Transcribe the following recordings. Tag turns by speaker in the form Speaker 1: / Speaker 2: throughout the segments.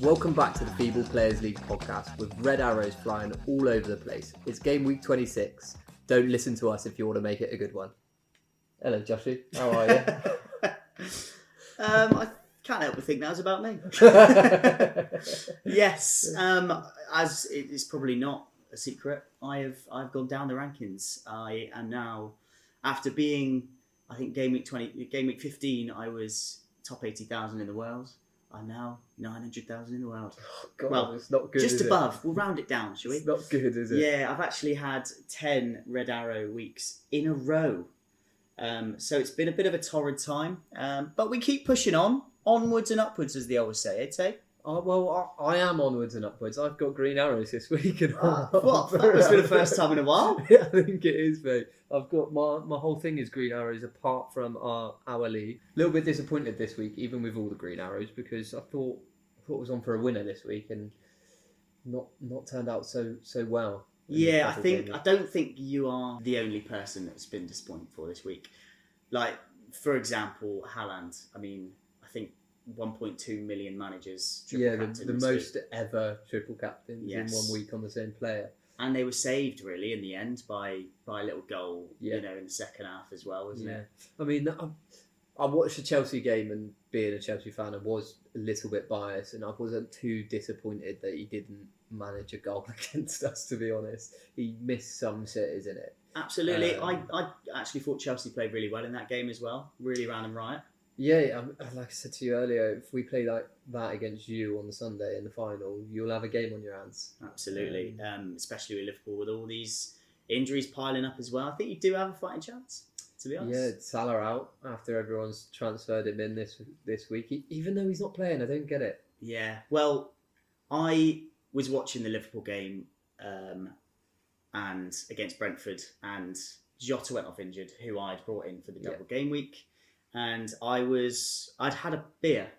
Speaker 1: Welcome back to the Feeble Players League podcast with red arrows flying all over the place. It's game week 26. Don't listen to us if you want to make it a good one. Hello, Joshy. How are you?
Speaker 2: Um, I can't help but think that was about me. yes, um, as it is probably not a secret, I have I've gone down the rankings. I am now, after being, I think game week twenty, game week fifteen, I was top eighty thousand in the world. I'm now nine hundred thousand in the world,
Speaker 1: God,
Speaker 2: Well,
Speaker 1: it's not good.
Speaker 2: just
Speaker 1: is it?
Speaker 2: above. We'll round it down, shall we?
Speaker 1: It's not good, is it?
Speaker 2: Yeah, I've actually had 10 Red Arrow weeks in a row. Um, so it's been a bit of a torrid time, um, but we keep pushing on, onwards and upwards, as they always say, eh, Tay?
Speaker 1: Oh, well, I, I am onwards and upwards. I've got green arrows this week. And
Speaker 2: Ah, What? That must be the first time in a while.
Speaker 1: Yeah, I think it is, mate. I've got my my whole thing is green arrows apart from our our league. A little bit disappointed this week, even with all the green arrows, because I thought I thought it was on for a winner this week and not not turned out so so well. in the
Speaker 2: Yeah, I
Speaker 1: double
Speaker 2: think
Speaker 1: game.
Speaker 2: I don't think you are the only person that's been disappointed for this week. Like, for example, Haaland. I mean, I think 1.2 million managers. triple
Speaker 1: yeah, the,
Speaker 2: captain
Speaker 1: the
Speaker 2: this week.
Speaker 1: most ever triple captains in
Speaker 2: Yes.
Speaker 1: one week on the same player.
Speaker 2: and they were saved really in the end by by a little goal,
Speaker 1: Yeah.
Speaker 2: you know, in the second half as well, wasn't
Speaker 1: Yeah,
Speaker 2: it?
Speaker 1: I mean, I, I watched the Chelsea game, and being a Chelsea fan, I was a little bit biased, and I wasn't too disappointed that he didn't manage a goal against us. To be honest, he missed some sitters in it.
Speaker 2: Absolutely.
Speaker 1: Um,
Speaker 2: I, I actually thought Chelsea played really well in that game as well. Really ran them riot.
Speaker 1: Yeah, um, like I said to you earlier, if we play like that against you on Sunday in the final, you'll have a game on your hands.
Speaker 2: Absolutely. Um, especially with Liverpool with all these injuries piling up as well. I think you do have a fighting chance, to be
Speaker 1: Yeah,
Speaker 2: honest.
Speaker 1: Salah out after everyone's transferred him in this this week. E- even though he's not playing, I don't get it.
Speaker 2: Yeah. Well, I was watching the Liverpool game um, and against Brentford and Jota went off injured, who I'd brought in for the
Speaker 1: Yeah.
Speaker 2: double game week. And I was I'd had a beer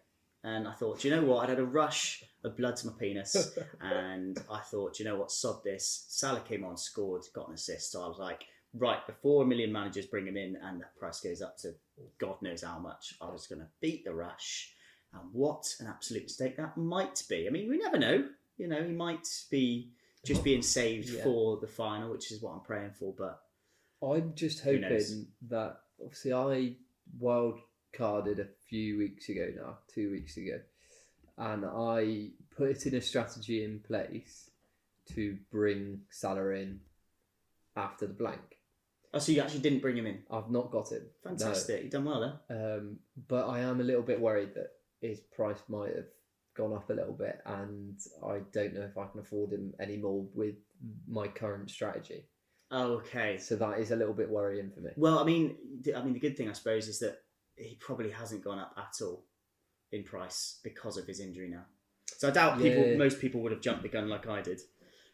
Speaker 2: and I thought, "Do you know what? I'd had a rush of blood to my penis. and I thought, "Do you know what, sod this. Salah came on, scored, got an assist. So I was like, right, before a million managers bring him in and the price goes up to God knows how much, I was going to beat the rush. And what an absolute mistake that might be. I mean, we never know. You know, he might be just being saved
Speaker 1: Yeah.
Speaker 2: for the final, which is what I'm praying for. But
Speaker 1: I'm just
Speaker 2: Who knows?
Speaker 1: hoping that obviously I wild carded a few weeks ago now, two weeks ago, and I put in a strategy in place to bring Salah in after the blank.
Speaker 2: oh, so you actually didn't bring him in.
Speaker 1: I've not got him. No.
Speaker 2: Fantastic. You've done well there.
Speaker 1: Um, but I am a little bit worried that his price might have gone up a little bit, and I don't know if I can afford him anymore with my current strategy.
Speaker 2: Okay.
Speaker 1: So that is a little bit worrying for me.
Speaker 2: Well, I mean, the- I mean, the good thing I suppose is that he probably hasn't gone up at all in price because of his injury now. So I doubt
Speaker 1: Yeah.
Speaker 2: people, most people would have jumped the gun like I did.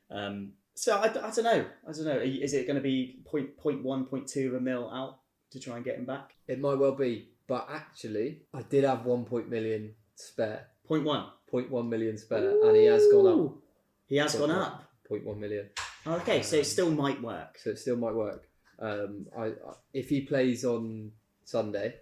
Speaker 2: Um, so I, don't know. I don't know. Is it going to be point point one, point two of a mil out to try and get him back?
Speaker 1: It might well be, but actually, I did have one point million spare,
Speaker 2: Point one.
Speaker 1: point one million spare, uh, and he has gone up
Speaker 2: Ooh. He has
Speaker 1: Point
Speaker 2: gone
Speaker 1: one.
Speaker 2: up.
Speaker 1: point one million.
Speaker 2: Okay, so
Speaker 1: Um,
Speaker 2: it still might work.
Speaker 1: so it still might work. Um, I, I if he plays on Sunday,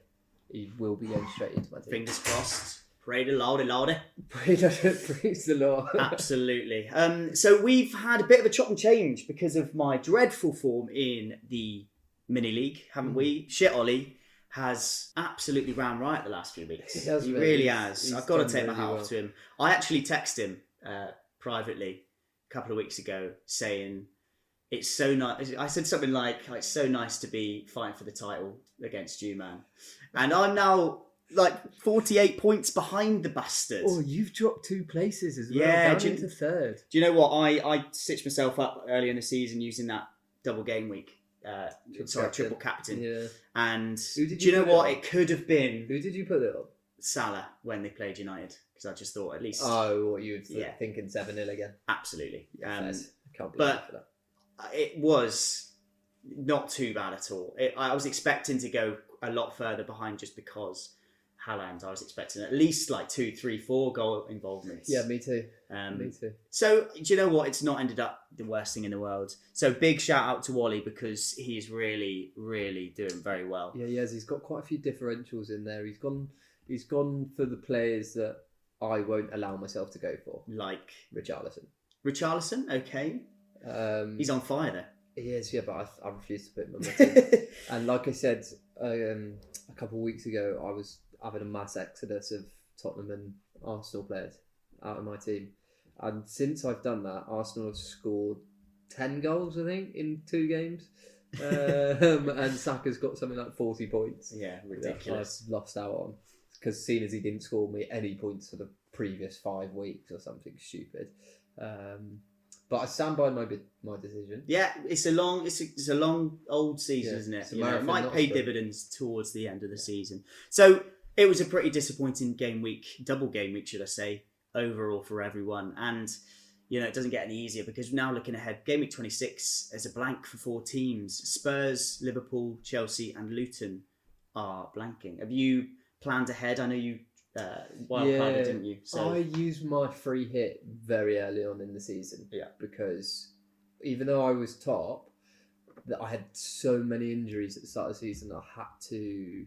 Speaker 1: he will be going straight into my team.
Speaker 2: Fingers crossed. Pray the lordy, lordy.
Speaker 1: Praise the- praise the Lord.
Speaker 2: Absolutely. Um, so we've had a bit of a chop and change because of my dreadful form in the mini league, haven't
Speaker 1: Mm.
Speaker 2: we? Shit, Ollie has absolutely ran right the last few weeks.
Speaker 1: He has, mate.
Speaker 2: really
Speaker 1: He's-
Speaker 2: has.
Speaker 1: he's
Speaker 2: I've got to
Speaker 1: done
Speaker 2: take my
Speaker 1: really
Speaker 2: hat
Speaker 1: well.
Speaker 2: off to him. I actually texted him uh, privately a couple of weeks ago saying. It's so nice. I said something like, "It's so nice to be fighting for the title against you, man." And I'm now like 48 points behind the bastard.
Speaker 1: Oh, you've dropped two places as well.
Speaker 2: Yeah,
Speaker 1: down
Speaker 2: do you-
Speaker 1: into third.
Speaker 2: Do you know what? I, I stitched myself up early in the season using that double game week. Uh,
Speaker 1: Triple
Speaker 2: sorry,
Speaker 1: captain.
Speaker 2: triple captain.
Speaker 1: Yeah.
Speaker 2: And
Speaker 1: Who did
Speaker 2: do
Speaker 1: you
Speaker 2: you know
Speaker 1: put it
Speaker 2: what?
Speaker 1: on?
Speaker 2: It could have been
Speaker 1: Who did you put it on?
Speaker 2: Salah when they played United because I just thought at least
Speaker 1: Oh, what you were
Speaker 2: Yeah.
Speaker 1: thinking seven 0 again?
Speaker 2: absolutely.
Speaker 1: Yeah,
Speaker 2: um,
Speaker 1: fairs. I can't believe
Speaker 2: but-
Speaker 1: you for that.
Speaker 2: it was not too bad at all. It, I was expecting to go a lot further behind just because Haaland. I was expecting at least like two, three, four goal involvements.
Speaker 1: Yeah, me too.
Speaker 2: um,
Speaker 1: me too.
Speaker 2: So do you know what? It's not ended up the worst thing in the world. So big shout out to Wally because he's really, really doing very well.
Speaker 1: Yeah, he has. He's got quite a few differentials in there. He's gone. He's gone for the players that I won't allow myself to go for
Speaker 2: Like
Speaker 1: Richarlison.
Speaker 2: Richarlison, okay,
Speaker 1: Um,
Speaker 2: he's on fire
Speaker 1: he is, yeah, but I, I refuse to put him on my team.
Speaker 2: though.
Speaker 1: and like I said um, a couple of weeks ago, I was having a mass exodus of Tottenham and Arsenal players out of my team. And since I've done that, Arsenal have scored 10 goals, I think, in two games. um, and Saka's got something like 40 points.
Speaker 2: yeah,
Speaker 1: that
Speaker 2: ridiculous.
Speaker 1: I've lost out on. Because seeing as he didn't score me any points for the previous five weeks or something stupid. Um, but I stand by my, my decision.
Speaker 2: Yeah, it's a long, it's a, it's a long old season,
Speaker 1: Yeah,
Speaker 2: isn't it?
Speaker 1: it's a
Speaker 2: You know, it
Speaker 1: marathon,
Speaker 2: might
Speaker 1: not a
Speaker 2: pay
Speaker 1: sprint.
Speaker 2: dividends towards the end of the season. So it was a pretty disappointing game week, double game week, should I say, overall for everyone. And you know, it doesn't get any easier because now looking ahead, game week twenty six is a blank for four teams: Spurs, Liverpool, Chelsea, and Luton are blanking. Have you planned ahead? I know you uh, wild
Speaker 1: Yeah,
Speaker 2: carded, didn't you? So
Speaker 1: I used my free hit very early on in the season.
Speaker 2: Yeah.
Speaker 1: Because even though I was top, that I had so many injuries at the start of the season, I had to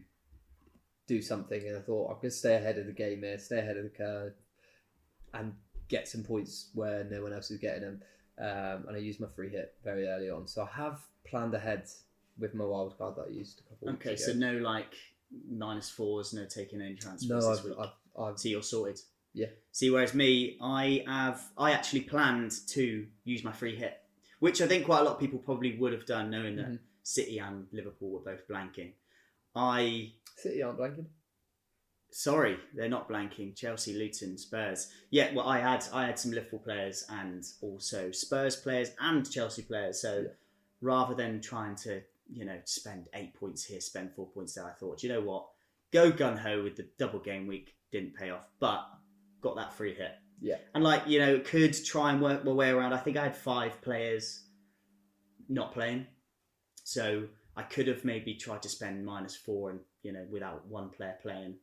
Speaker 1: do something, and I thought I'm gonna stay ahead of the game here, stay ahead of the curve, and get some points where no one else is getting them. Um, and I used my free hit very early on, so I have planned ahead with my wild card that I used a couple.
Speaker 2: okay,
Speaker 1: weeks
Speaker 2: so
Speaker 1: ago.
Speaker 2: no like minus fours, no taking any transfers
Speaker 1: no,
Speaker 2: this
Speaker 1: I've,
Speaker 2: week.
Speaker 1: I've, I've
Speaker 2: So you're sorted.
Speaker 1: Yeah.
Speaker 2: See, whereas me, I have I actually planned to use my free hit, which I think quite a lot of people probably would have done, knowing that
Speaker 1: Mhm.
Speaker 2: City and Liverpool were both blanking. I
Speaker 1: City aren't blanking.
Speaker 2: sorry, they're not blanking. Chelsea, Luton, Spurs. Yeah, well, I had I had some Liverpool players and also Spurs players and Chelsea players. So
Speaker 1: Yeah.
Speaker 2: rather than trying to you know spend eight points here, spend four points there, I thought you know what, go gun ho with the double game week. Didn't pay off, but got that free hit.
Speaker 1: Yeah.
Speaker 2: and like you know could try and work my way around. I think I had five players not playing, so. I could have maybe tried to spend minus four and you know without one player playing,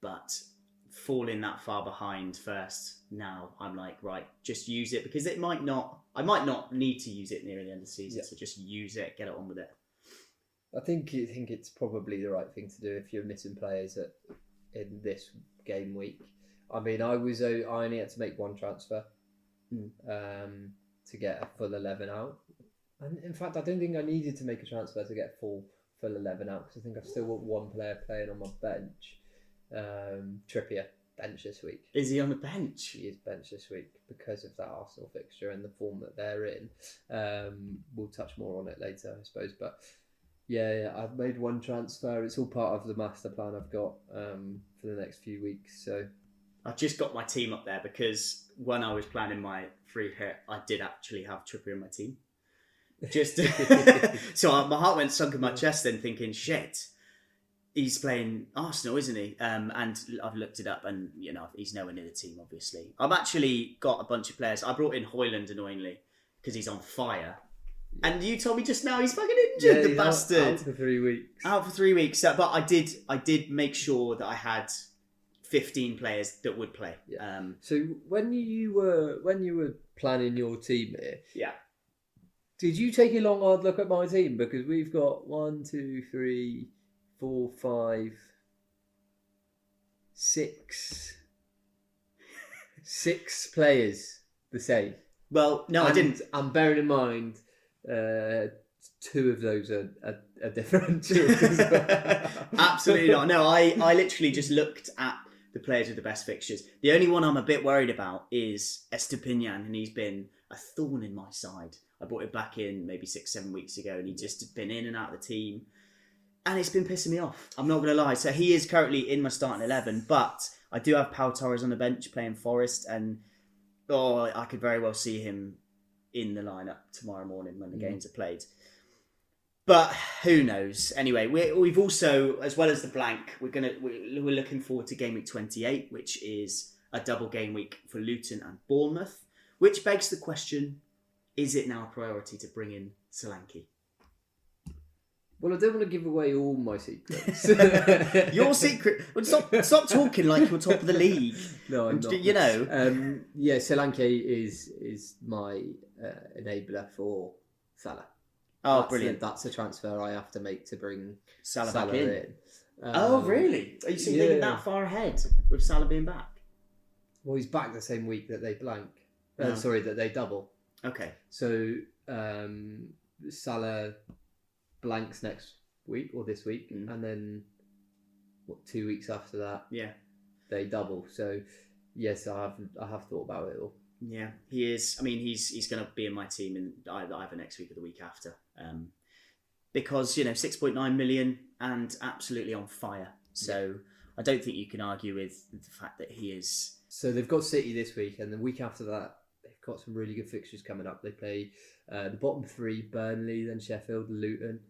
Speaker 2: but falling that far behind first now i'm like right just use it because it might not i might not need to use it near the end of the season
Speaker 1: Yeah.
Speaker 2: so just use it get it on with it
Speaker 1: I think you think it's probably the right thing to do if you're missing players at, in this game week. I mean, I was o- I only had to make one transfer
Speaker 2: Mm.
Speaker 1: um, to get a full eleven out, and in fact, I don't think I needed to make a transfer to get full full eleven out because I think I've still got one player playing on my bench, um, Trippier bench this week.
Speaker 2: is he on the bench
Speaker 1: He is bench this week because of that Arsenal fixture and the form that they're in. Um, we'll touch more on it later, I suppose. But yeah, yeah, I've made one transfer. It's all part of the master plan I've got um, for the next few weeks. So
Speaker 2: i've just got my team up there because when i was planning my free hit i did actually have trippier in my team just so I- my heart went sunk in my chest then thinking shit he's playing arsenal isn't he um, and i've looked it up and you know he's nowhere near the team obviously i've actually got a bunch of players i brought in hoyland annoyingly because he's on fire and you told me just now he's fucking injured
Speaker 1: yeah,
Speaker 2: the
Speaker 1: he's out-
Speaker 2: bastard
Speaker 1: out for three weeks.
Speaker 2: out for three weeks. So- But I did, I did make sure that I had fifteen players that would play.
Speaker 1: Yeah.
Speaker 2: Um,
Speaker 1: So when you were when you were planning your team here,
Speaker 2: yeah.
Speaker 1: did you take a long hard look at my team because we've got one, two, three, four, five, six, six players the same.
Speaker 2: Well, no, I
Speaker 1: And-
Speaker 2: didn't.
Speaker 1: And bearing in mind, uh, two of those are, are, are differentials. as well.
Speaker 2: Absolutely not. No, I, I literally just looked at the players with the best fixtures. The only one I'm a bit worried about is Estepinian, and he's been a thorn in my side. I brought him back in maybe six, seven weeks ago, and he just had been in and out of the team. And it's been pissing me off. I'm not going to lie. So he is currently in my starting 11, but I do have Pau Torres on the bench playing Forest, and oh, I could very well see him in the lineup tomorrow morning when the
Speaker 1: Mm.
Speaker 2: games are played. But who knows? Anyway, we're, we've also, as well as the blank, we're gonna we're, we're looking forward to game week twenty eight, which is a double game week for Luton and Bournemouth, which begs the question: Is it now a priority to bring in Solanke?
Speaker 1: Well, I don't want to give away all my secrets.
Speaker 2: Your secret. Well, stop stop talking like you're top of the league.
Speaker 1: No, I'm
Speaker 2: Do
Speaker 1: not.
Speaker 2: you know?
Speaker 1: Um, yeah, Solanke is is my uh, enabler for Salah.
Speaker 2: Oh,
Speaker 1: that's
Speaker 2: brilliant!
Speaker 1: A, that's a transfer I have to make to bring
Speaker 2: Salah,
Speaker 1: Salah
Speaker 2: back in.
Speaker 1: in.
Speaker 2: oh,
Speaker 1: Um,
Speaker 2: really? Are you thinking
Speaker 1: yeah.
Speaker 2: that far ahead with Salah being back?
Speaker 1: Well, he's back the same week that they blank.
Speaker 2: No.
Speaker 1: Uh, sorry, that they double.
Speaker 2: Okay.
Speaker 1: So um, Salah blanks next week or this week,
Speaker 2: Mm.
Speaker 1: and then what? Two weeks after that,
Speaker 2: Yeah.
Speaker 1: they double. So yes, I have I have thought about it all.
Speaker 2: Yeah, he is. I mean, he's he's going to be in my team in either, either next week or the week after, um, because you know six point nine million and absolutely on fire. So I don't think you can argue with the fact that he is.
Speaker 1: So they've got City this week, and the week after that, they've got some really good fixtures coming up. They play uh, the bottom three: Burnley, then Sheffield, Luton,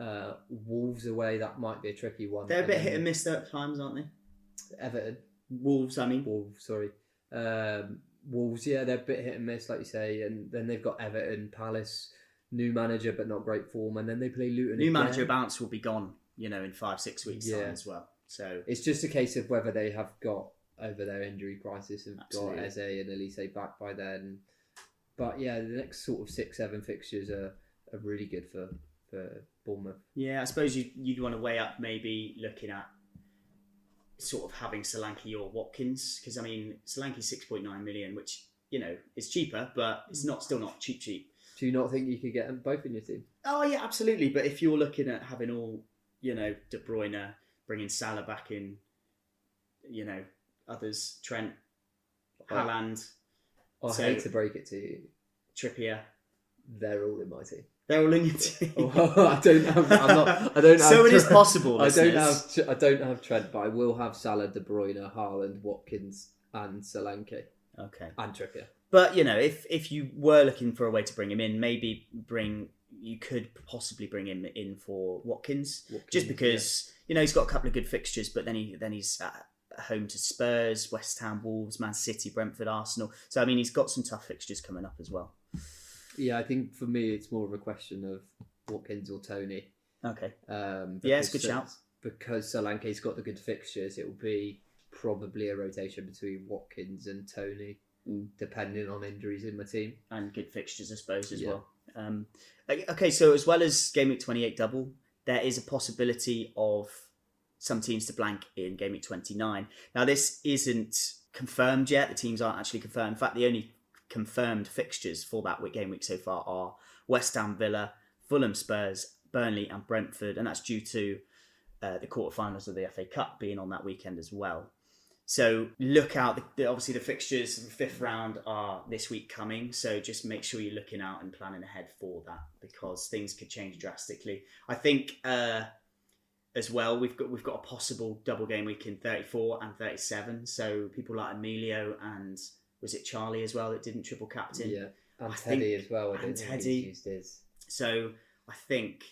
Speaker 1: uh, Wolves away. That might be a tricky one.
Speaker 2: They're a bit
Speaker 1: then
Speaker 2: hit and miss though at times, aren't they?
Speaker 1: Everton,
Speaker 2: Wolves, I mean.
Speaker 1: Wolves, sorry, um, Wolves. Yeah, they're a bit hit and miss, like you say. And then they've got Everton, Palace, new manager but not great form, and then they play Luton.
Speaker 2: New
Speaker 1: again.
Speaker 2: manager bounce will be gone, you know, in five six weeks
Speaker 1: Yeah.
Speaker 2: time as well. So
Speaker 1: It's just a case of whether they have got over their injury crisis and
Speaker 2: Absolutely.
Speaker 1: got Eze and Elise back by then. But yeah, the next sort of six, seven fixtures are, are really good for, for Bournemouth.
Speaker 2: yeah, I suppose you you'd want to weigh up maybe looking at sort of having Solanke or Watkins because I mean Solanke six point nine million, which you know is cheaper, but it's not still not cheap cheap.
Speaker 1: Do you not think you could get them both in your team?
Speaker 2: Oh yeah, absolutely. But if you're looking at having all, you know, De Bruyne bringing Salah back in, you know, others Trent, Haaland,
Speaker 1: I
Speaker 2: So-
Speaker 1: hate to break it to you,
Speaker 2: Trippier,
Speaker 1: they're all in my team.
Speaker 2: they're all in your team.
Speaker 1: Oh, I don't have. I'm not, I don't have.
Speaker 2: so it is
Speaker 1: Trent-
Speaker 2: possible.
Speaker 1: I don't
Speaker 2: listeners.
Speaker 1: have. I don't have Trent, but I will have Salah, De Bruyne, Haaland, Watkins, and Solanke
Speaker 2: Okay,
Speaker 1: and Trippier.
Speaker 2: but you know, if if you were looking for a way to bring him in, maybe bring you could possibly bring him in for Watkins.
Speaker 1: Watkins,
Speaker 2: just because you know he's got a couple of good fixtures, but then he then he's at home to Spurs, West Ham, Wolves, Man City, Brentford, Arsenal. So I mean, he's got some tough fixtures coming up as well.
Speaker 1: Yeah, I think for me it's more of a question of Watkins or Tony.
Speaker 2: Okay,
Speaker 1: Um,
Speaker 2: Yeah, it's
Speaker 1: because
Speaker 2: a good
Speaker 1: Sol-
Speaker 2: shout.
Speaker 1: Because Solanke's got the good fixtures, it will be probably a rotation between Watkins and Tony,
Speaker 2: Mm.
Speaker 1: depending on injuries in my team.
Speaker 2: and good fixtures, I suppose, as
Speaker 1: Yeah.
Speaker 2: well. Um, o- okay, so as well as game week twenty eight double, there is a possibility of some teams to blank in game week twenty nine. Now this isn't confirmed yet. The teams aren't actually confirmed. In fact, the only confirmed fixtures for that week, game week so far are West Ham Villa, Fulham Spurs, Burnley, and Brentford, and that's due to uh, the quarterfinals of the FA Cup being on that weekend as well. So look out. The, the, obviously, the fixtures of the fifth round are this week coming. So just make sure you're looking out and planning ahead for that because things could change drastically. I think uh, as well we've got we've got a possible double game week in 34 and 37. So people like Emilio and was it Charlie as well that didn't triple captain.
Speaker 1: Yeah, and
Speaker 2: I
Speaker 1: Teddy
Speaker 2: think-
Speaker 1: as well. I don't
Speaker 2: and
Speaker 1: think he's
Speaker 2: Teddy.
Speaker 1: used his.
Speaker 2: So I think,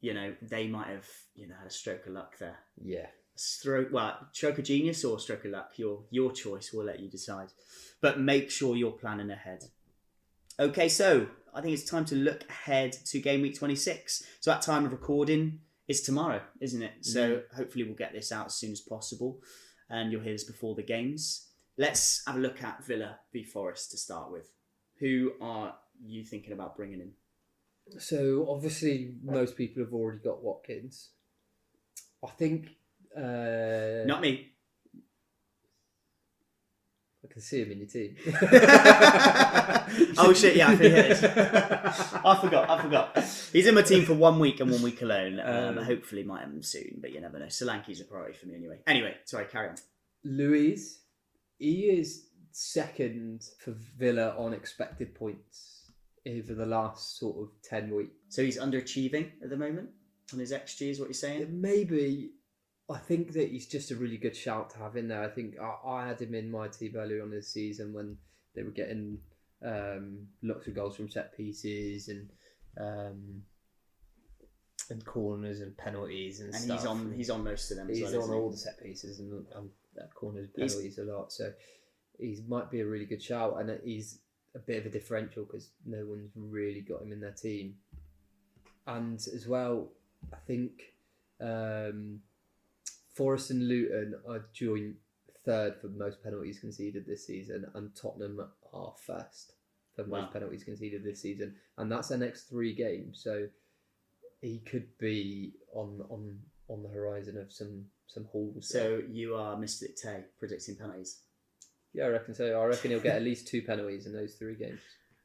Speaker 2: you know, they might have, you know, had a stroke of luck there.
Speaker 1: Yeah,
Speaker 2: Stroke, well, stroke of genius or stroke of luck, your your choice. We'll let you decide. But make sure you're planning ahead. Okay, so I think it's time to look ahead to game week 26. So that time of recording is tomorrow, isn't it? So hopefully we'll get this out as soon as possible, and you'll hear this before the games. Let's have a look at Villa v Forest to start with. Who are you thinking about bringing in?
Speaker 1: So obviously, most people have already got Watkins. I think. Uh,
Speaker 2: Not me.
Speaker 1: I can see him in your team.
Speaker 2: Oh, shit, yeah, I think it is. I forgot, I forgot. He's in my team for one week and one week alone. Um,
Speaker 1: Um,
Speaker 2: hopefully, might happen soon, but you never know. Solanke's a priority for me anyway. Anyway, sorry, carry on.
Speaker 1: Louise, he is second for Villa on expected points over the last sort of 10 weeks.
Speaker 2: So he's underachieving at the moment on his XG, is what you're
Speaker 1: Yeah,
Speaker 2: saying?
Speaker 1: Maybe I think that he's just a really good shout to have in there. I think I, I had him in my team earlier on in the season when they were getting um, lots of goals from set pieces and um, and corners and penalties and,
Speaker 2: And
Speaker 1: stuff.
Speaker 2: he's on he's on most of them as
Speaker 1: He's
Speaker 2: well.
Speaker 1: on
Speaker 2: isn't
Speaker 1: all the set pieces and, and that corners
Speaker 2: He's-
Speaker 1: penalties a lot. So he might be a really good shout, and he's a bit of a differential because no one's really got him in their team. And as well, I think um, Forest and Luton are joint third for most penalties conceded this season, and Tottenham are first for most
Speaker 2: Wow.
Speaker 1: penalties conceded this season, and that's their next three games. So he could be on on on the horizon of some some hauls.
Speaker 2: So you are Mr. Tay predicting penalties.
Speaker 1: Yeah, I reckon so. I reckon he'll get at least two penalties in those three games.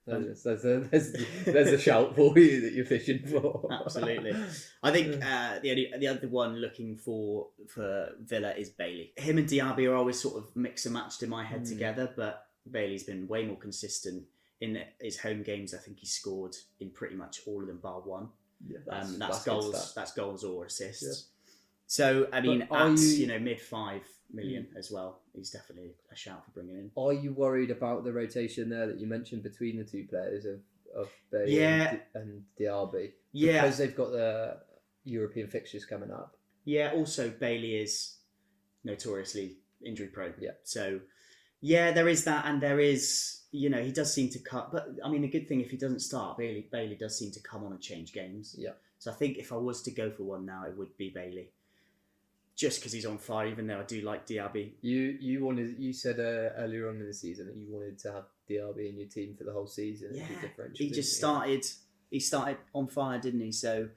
Speaker 1: There's,
Speaker 2: Um,
Speaker 1: there's, a, there's, there's a shout for you that you're fishing for.
Speaker 2: Absolutely. I think uh, the only, the other one looking for for Villa is Bailey. Him and Diaby are always sort of mix and matched in my head
Speaker 1: Mm.
Speaker 2: together, but Bailey's been way more consistent in his home games. I think he scored in pretty much all of them, bar one.
Speaker 1: Yeah,
Speaker 2: That's, um, that's,
Speaker 1: good
Speaker 2: goals.
Speaker 1: stuff.
Speaker 2: That's goals or assists.
Speaker 1: Yeah.
Speaker 2: So I mean,
Speaker 1: are
Speaker 2: at
Speaker 1: you- Mm.
Speaker 2: you... know mid five million as well, he's definitely a shout for bringing in.
Speaker 1: Are you worried about the rotation there that you mentioned between the two players of, of Bailey
Speaker 2: Yeah.
Speaker 1: and, Di- and Diaby?
Speaker 2: Yeah,
Speaker 1: Because they've got the European fixtures coming up.
Speaker 2: Yeah, also Bailey is notoriously injury prone.
Speaker 1: Yeah.
Speaker 2: So yeah, there is that and there is you know, he does seem to cut but I mean the good thing if he doesn't start, Bailey Bailey does seem to come on and change games.
Speaker 1: Yeah.
Speaker 2: So I think if I was to go for one now it would be Bailey. Just because he's on fire, even though I do like Diaby.
Speaker 1: You you wanted you said uh, earlier on in the season that you wanted to have Diaby in your team for the whole season. It'd be
Speaker 2: Yeah,
Speaker 1: differential,
Speaker 2: He
Speaker 1: didn't
Speaker 2: just
Speaker 1: you?
Speaker 2: started he started on fire, didn't he? So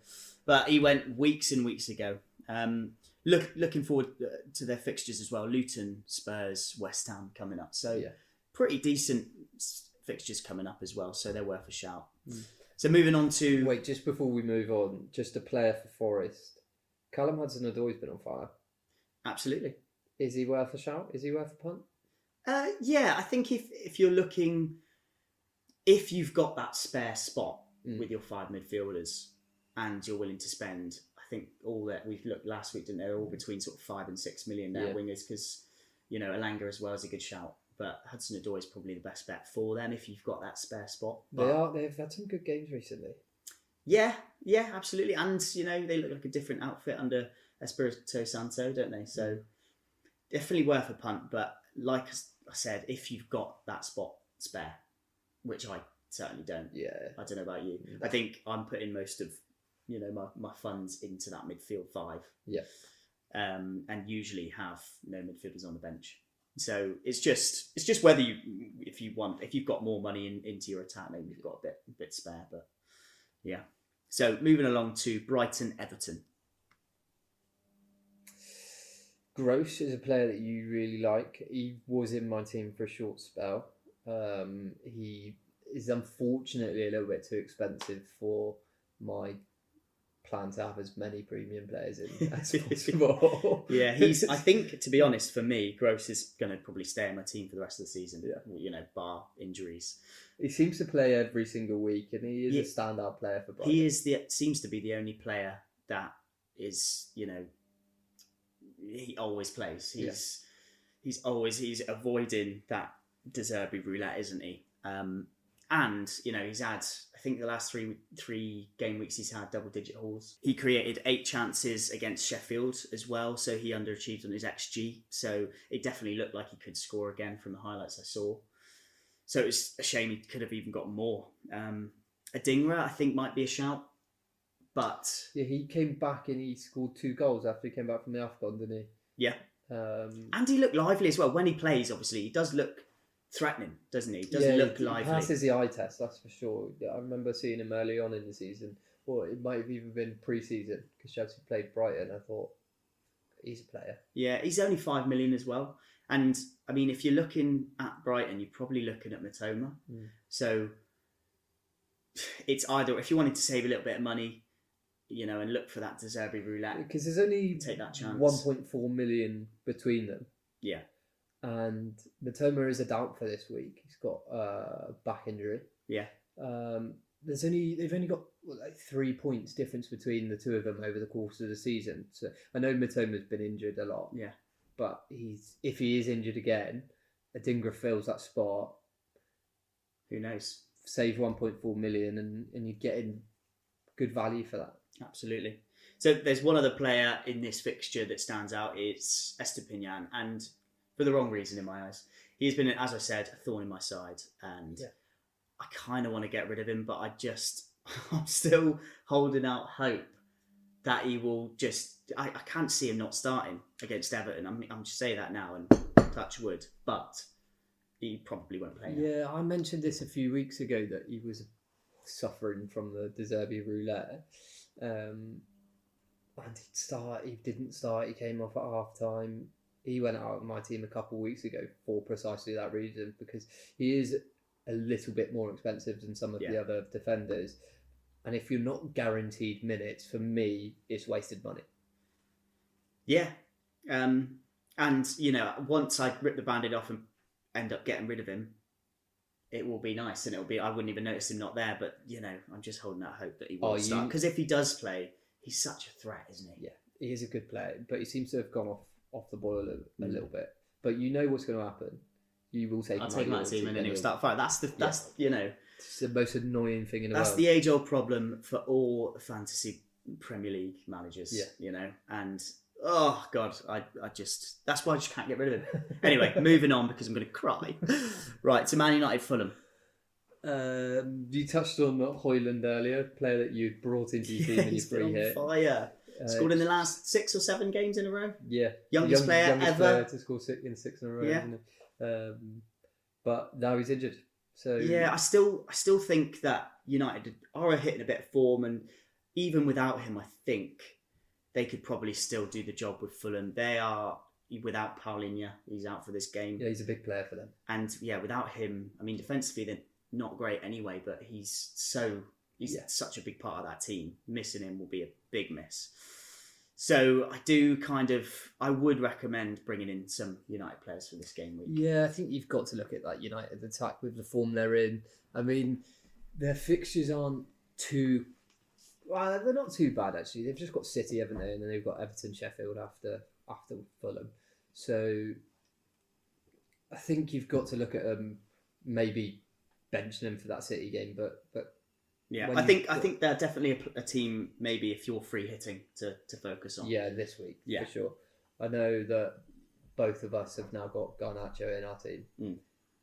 Speaker 2: but he went weeks and weeks ago. Um look looking forward uh, to their fixtures as well. Luton, Spurs, West Ham coming up. So
Speaker 1: Yeah.
Speaker 2: pretty decent s- fixtures coming up as well, so they're worth a shout.
Speaker 1: Mm.
Speaker 2: So moving on to
Speaker 1: Wait, just before we move on, just a player for Forest. Callum Hudson Odoi's been on fire.
Speaker 2: absolutely,
Speaker 1: Is he worth a shout? Is he worth a punt?
Speaker 2: uh, yeah, I think if if you're looking, if you've got that spare spot
Speaker 1: Mm.
Speaker 2: with your five midfielders, and you're willing to spend, I think all that we've looked last week, didn't they? They're all between sort of five and six million now
Speaker 1: Mm. Yeah.
Speaker 2: wingers because you know Alanga as well is a good shout. But Hudson Odoi is probably the best bet for them if you've got that spare spot. But
Speaker 1: They are. They've had some good games recently.
Speaker 2: Yeah, yeah, absolutely. And you know, they look like a different outfit under Espirito Santo, don't they? So definitely worth a punt. But like I said, if you've got that spot spare, which I certainly don't.
Speaker 1: Yeah.
Speaker 2: I don't know about you.
Speaker 1: Mm.
Speaker 2: I think I'm putting most of you know my, my funds into that midfield five.
Speaker 1: Yeah.
Speaker 2: Um, and usually have no midfielders on the bench. So it's just it's just whether you if you want if you've got more money in, into your attack maybe you've got a bit a bit spare but yeah. So moving along to Brighton Everton.
Speaker 1: Gross is a player that you really like. He was in my team for a short spell. Um, he is unfortunately a little bit too expensive for my plan to have as many premium players in as possible.
Speaker 2: Yeah, he's I think to be honest for me Gross is going to probably stay in my team for the rest of the season.
Speaker 1: Yeah.
Speaker 2: You know, bar injuries.
Speaker 1: he seems to play every single week, and he is
Speaker 2: Yeah.
Speaker 1: a standout player for Brighton.
Speaker 2: he is the seems to be the only player that is you know he always plays
Speaker 1: Yeah.
Speaker 2: he's he's always he's avoiding that Deserby roulette isn't he um and you know he's had I think the last three three game weeks he's had double digit hauls he created eight chances against Sheffield as well so he underachieved on his xG so it definitely looked like he could score again from the highlights I saw so it's a shame he could have even got more um Adingra, I think, might be a shout. But
Speaker 1: Yeah, he came back and he scored two goals after he came back from the Afcon, didn't he?
Speaker 2: Yeah.
Speaker 1: Um,
Speaker 2: and he looked lively as well when he plays. Obviously, he does look threatening, doesn't he? He does
Speaker 1: yeah,
Speaker 2: look
Speaker 1: he,
Speaker 2: lively.
Speaker 1: He passes the eye test, that's for sure. Yeah, I remember seeing him early on in the season, or it might have even been pre-season because Chelsea played Brighton. I thought he's a player.
Speaker 2: Yeah, he's only five million as well. And I mean, if you're looking at Brighton, you're probably looking at Matoma.
Speaker 1: Mm.
Speaker 2: So it's either if you wanted to save a little bit of money, you know, and look for that Deserby roulette.
Speaker 1: Because there's only
Speaker 2: Take that chance.
Speaker 1: 1.4 million between them,
Speaker 2: Yeah,
Speaker 1: and Matoma is a doubt for this week. He's got uh, a back injury.
Speaker 2: Yeah.
Speaker 1: Um, there's only they've only got what, like three points difference between the two of them over the course of the season. So I know Matoma's been injured a lot.
Speaker 2: Yeah.
Speaker 1: But he's if he is injured again, Adingra fills that spot,
Speaker 2: who knows?
Speaker 1: save 1.4 million, and and you're getting good value for that.
Speaker 2: Absolutely. So there's one other player in this fixture that stands out. It's Estepinian, and for the wrong reason in my eyes. He's been, as I said, a thorn in my side, and
Speaker 1: Yeah.
Speaker 2: I kind of want to get rid of him, but I just I'm still holding out hope that he will just. I, I can't see him not starting against Everton. I'm I'm just saying that now and touch wood, but he probably won't play. now.
Speaker 1: Yeah, I mentioned this a few weeks ago that he was suffering from the Deserbi roulette. Um, and he start, he didn't start, he came off at half time. he went out of my team a couple of weeks ago for precisely that reason because he is a little bit more expensive than some of the
Speaker 2: Yeah.
Speaker 1: other defenders. And if you're not guaranteed minutes, for me, it's wasted money.
Speaker 2: Yeah. Um, and, you know, once I rip the bandit off and end up getting rid of him, it will be nice and it'll be, I wouldn't even notice him not there, but, you know, I'm just holding out hope that he will
Speaker 1: Are
Speaker 2: not start.
Speaker 1: you-
Speaker 2: Because if he does play, he's such a threat, isn't he?
Speaker 1: Yeah. He is a good player, but he seems to have gone off off the boil a, a
Speaker 2: Mm.
Speaker 1: little bit. But you know what's going to happen. You will take.
Speaker 2: I'll
Speaker 1: him
Speaker 2: take him
Speaker 1: your
Speaker 2: out of the team and then he'll
Speaker 1: you'll-
Speaker 2: start firing. That's the, that's, you know,
Speaker 1: It's the most annoying thing in the
Speaker 2: That's
Speaker 1: world.
Speaker 2: the age old problem for all fantasy Premier League managers,
Speaker 1: Yeah.
Speaker 2: you know. And oh god, I, I just that's why I just can't get rid of him. Anyway, moving on because I'm going to cry. Right to Man United, Fulham.
Speaker 1: Um, you touched on Hoyland earlier, player that you brought into your team and you
Speaker 2: he's been
Speaker 1: free
Speaker 2: on
Speaker 1: hit.
Speaker 2: fire.
Speaker 1: Uh,
Speaker 2: Scored in the last six or seven games in a row.
Speaker 1: yeah,
Speaker 2: Youngest
Speaker 1: young-
Speaker 2: player
Speaker 1: youngest
Speaker 2: ever.
Speaker 1: player to score six in six in a row.
Speaker 2: Yeah.
Speaker 1: Isn't it? Um, but now he's injured, so
Speaker 2: Yeah, I still I still think that United are hitting a bit of form, and even without him, I think they could probably still do the job with Fulham. They are without Paulinho, he's out for this game.
Speaker 1: yeah, he's a big player for them.
Speaker 2: and yeah, without him, I mean, defensively they're not great anyway. But he's so he's
Speaker 1: Yeah.
Speaker 2: such a big part of that team. Missing him will be a big miss. So I do kind of I would recommend bringing in some United players for this game week.
Speaker 1: Yeah, I think you've got to look at that United attack with the form they're in. I mean, their fixtures aren't too well, they're not too bad actually. They've just got City, haven't they? And then they've got Everton, Sheffield after after Fulham. So I think you've got to look at um maybe benching them for that City game, but but
Speaker 2: Yeah,
Speaker 1: When
Speaker 2: I
Speaker 1: you've
Speaker 2: think I
Speaker 1: got-
Speaker 2: think they're definitely a, p- a team. Maybe if you're free hitting to to focus on.
Speaker 1: yeah, this week
Speaker 2: Yeah.
Speaker 1: for sure. I know that both of us have now got Garnacho in our team
Speaker 2: Mm.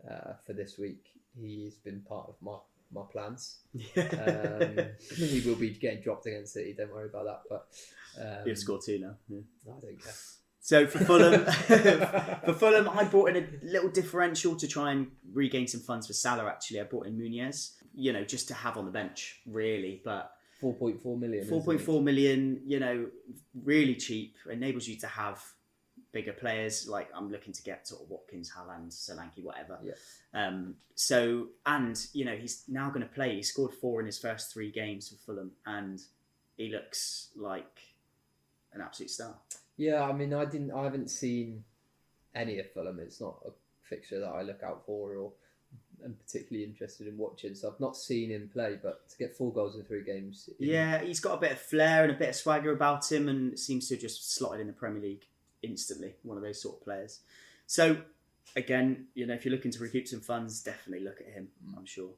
Speaker 1: uh, for this week. He's been part of my my plans. um,
Speaker 2: Yeah.
Speaker 1: he will be getting dropped against City. Don't worry about that. But um,
Speaker 2: You've scored two now. Yeah.
Speaker 1: I don't care.
Speaker 2: So for Fulham, for Fulham, I brought in a little differential to try and regain some funds for Salah. Actually, I brought in Munez, you know, just to have on the bench, really. But
Speaker 1: Four point four million. isn't
Speaker 2: four point
Speaker 1: it?
Speaker 2: four million, you know, really cheap, enables you to have bigger players. Like I'm looking to get sort of Watkins, Haaland, Solanke, whatever.
Speaker 1: Yeah.
Speaker 2: Um, so and you know he's now going to play. He scored four in his first three games for Fulham, and he looks like an absolute star.
Speaker 1: Yeah, I mean, I didn't. I haven't seen any of Fulham. It's not a fixture that I look out for or am particularly interested in watching. So I've not seen him play. But to get four goals in three games, in-
Speaker 2: Yeah, he's got a bit of flair and a bit of swagger about him, and seems to have just slotted in the Premier League instantly. One of those sort of players. So, again, you know, if you're looking to recoup some funds, definitely look at him. I'm sure.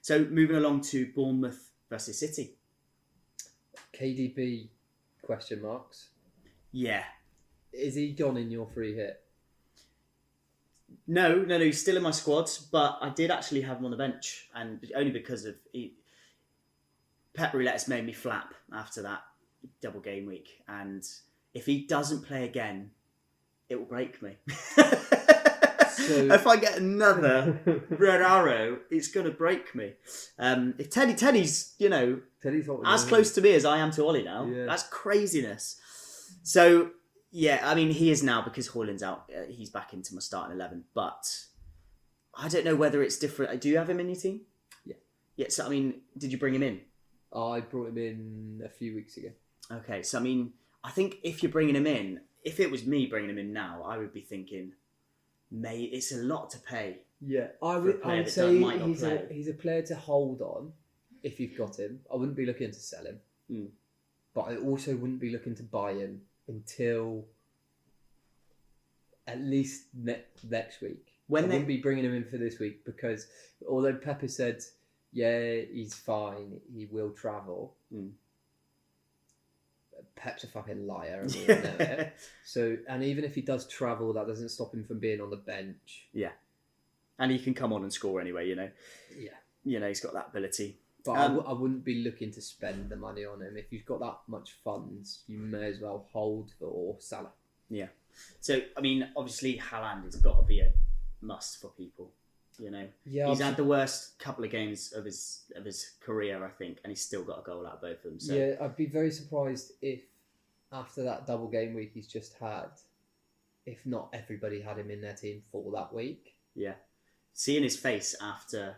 Speaker 2: So, moving along to Bournemouth versus City.
Speaker 1: KDB question marks.
Speaker 2: Yeah,
Speaker 1: Is he gone in your free hit?
Speaker 2: no, no, no. He's still in my squad, but I did actually have him on the bench, and only because of he, Pep Roulette's made me flap after that double game week, and if he doesn't play again, it will break me. if I get another red arrow, it's going to break me. Um, if Teddy Teddy's, you know,
Speaker 1: Teddy's not
Speaker 2: as close to me as I am to Ollie now,
Speaker 1: Yeah.
Speaker 2: that's craziness. So yeah, I mean he is now because Hoyland's out. Uh, he's back into my starting eleven, but I don't know whether it's different. Do you have him in your team?
Speaker 1: Yeah.
Speaker 2: Yeah. So I mean, did you bring him in?
Speaker 1: I brought him in a few weeks ago.
Speaker 2: Okay, so I mean, I think if you're bringing him in, if it was me bringing him in now, I would be thinking, mate, it's a lot to pay.
Speaker 1: Yeah, I
Speaker 2: a
Speaker 1: would,
Speaker 2: player
Speaker 1: I would
Speaker 2: that
Speaker 1: say
Speaker 2: might not
Speaker 1: he's a,
Speaker 2: play.
Speaker 1: he's a player to hold on if you've got him. I wouldn't be looking to sell him,
Speaker 2: Mm.
Speaker 1: but I also wouldn't be looking to buy him until at least ne- next week.
Speaker 2: When
Speaker 1: I
Speaker 2: they-
Speaker 1: wouldn't be bringing him in for this week because although Pepper said, yeah, he's fine, he will travel,
Speaker 2: Mm.
Speaker 1: Pep's a fucking liar. and we all know it. So, and even if he does travel, that doesn't stop him from being on the bench.
Speaker 2: and he can come on and score anyway. You know,
Speaker 1: Yeah.
Speaker 2: you know he's got that ability.
Speaker 1: But I
Speaker 2: Um,
Speaker 1: w- I wouldn't be looking to spend the money on him. If you've got that much funds, you may as well hold for Salah.
Speaker 2: So I mean, obviously Haaland has got to be a must for people. You know,
Speaker 1: Yeah,
Speaker 2: he's had the worst couple of games of his of his career, I think, and he's still got a goal out of both of them. So
Speaker 1: yeah, I'd be very surprised if after that double game week he's just had, if not everybody had him in their team for that week.
Speaker 2: Seeing his face after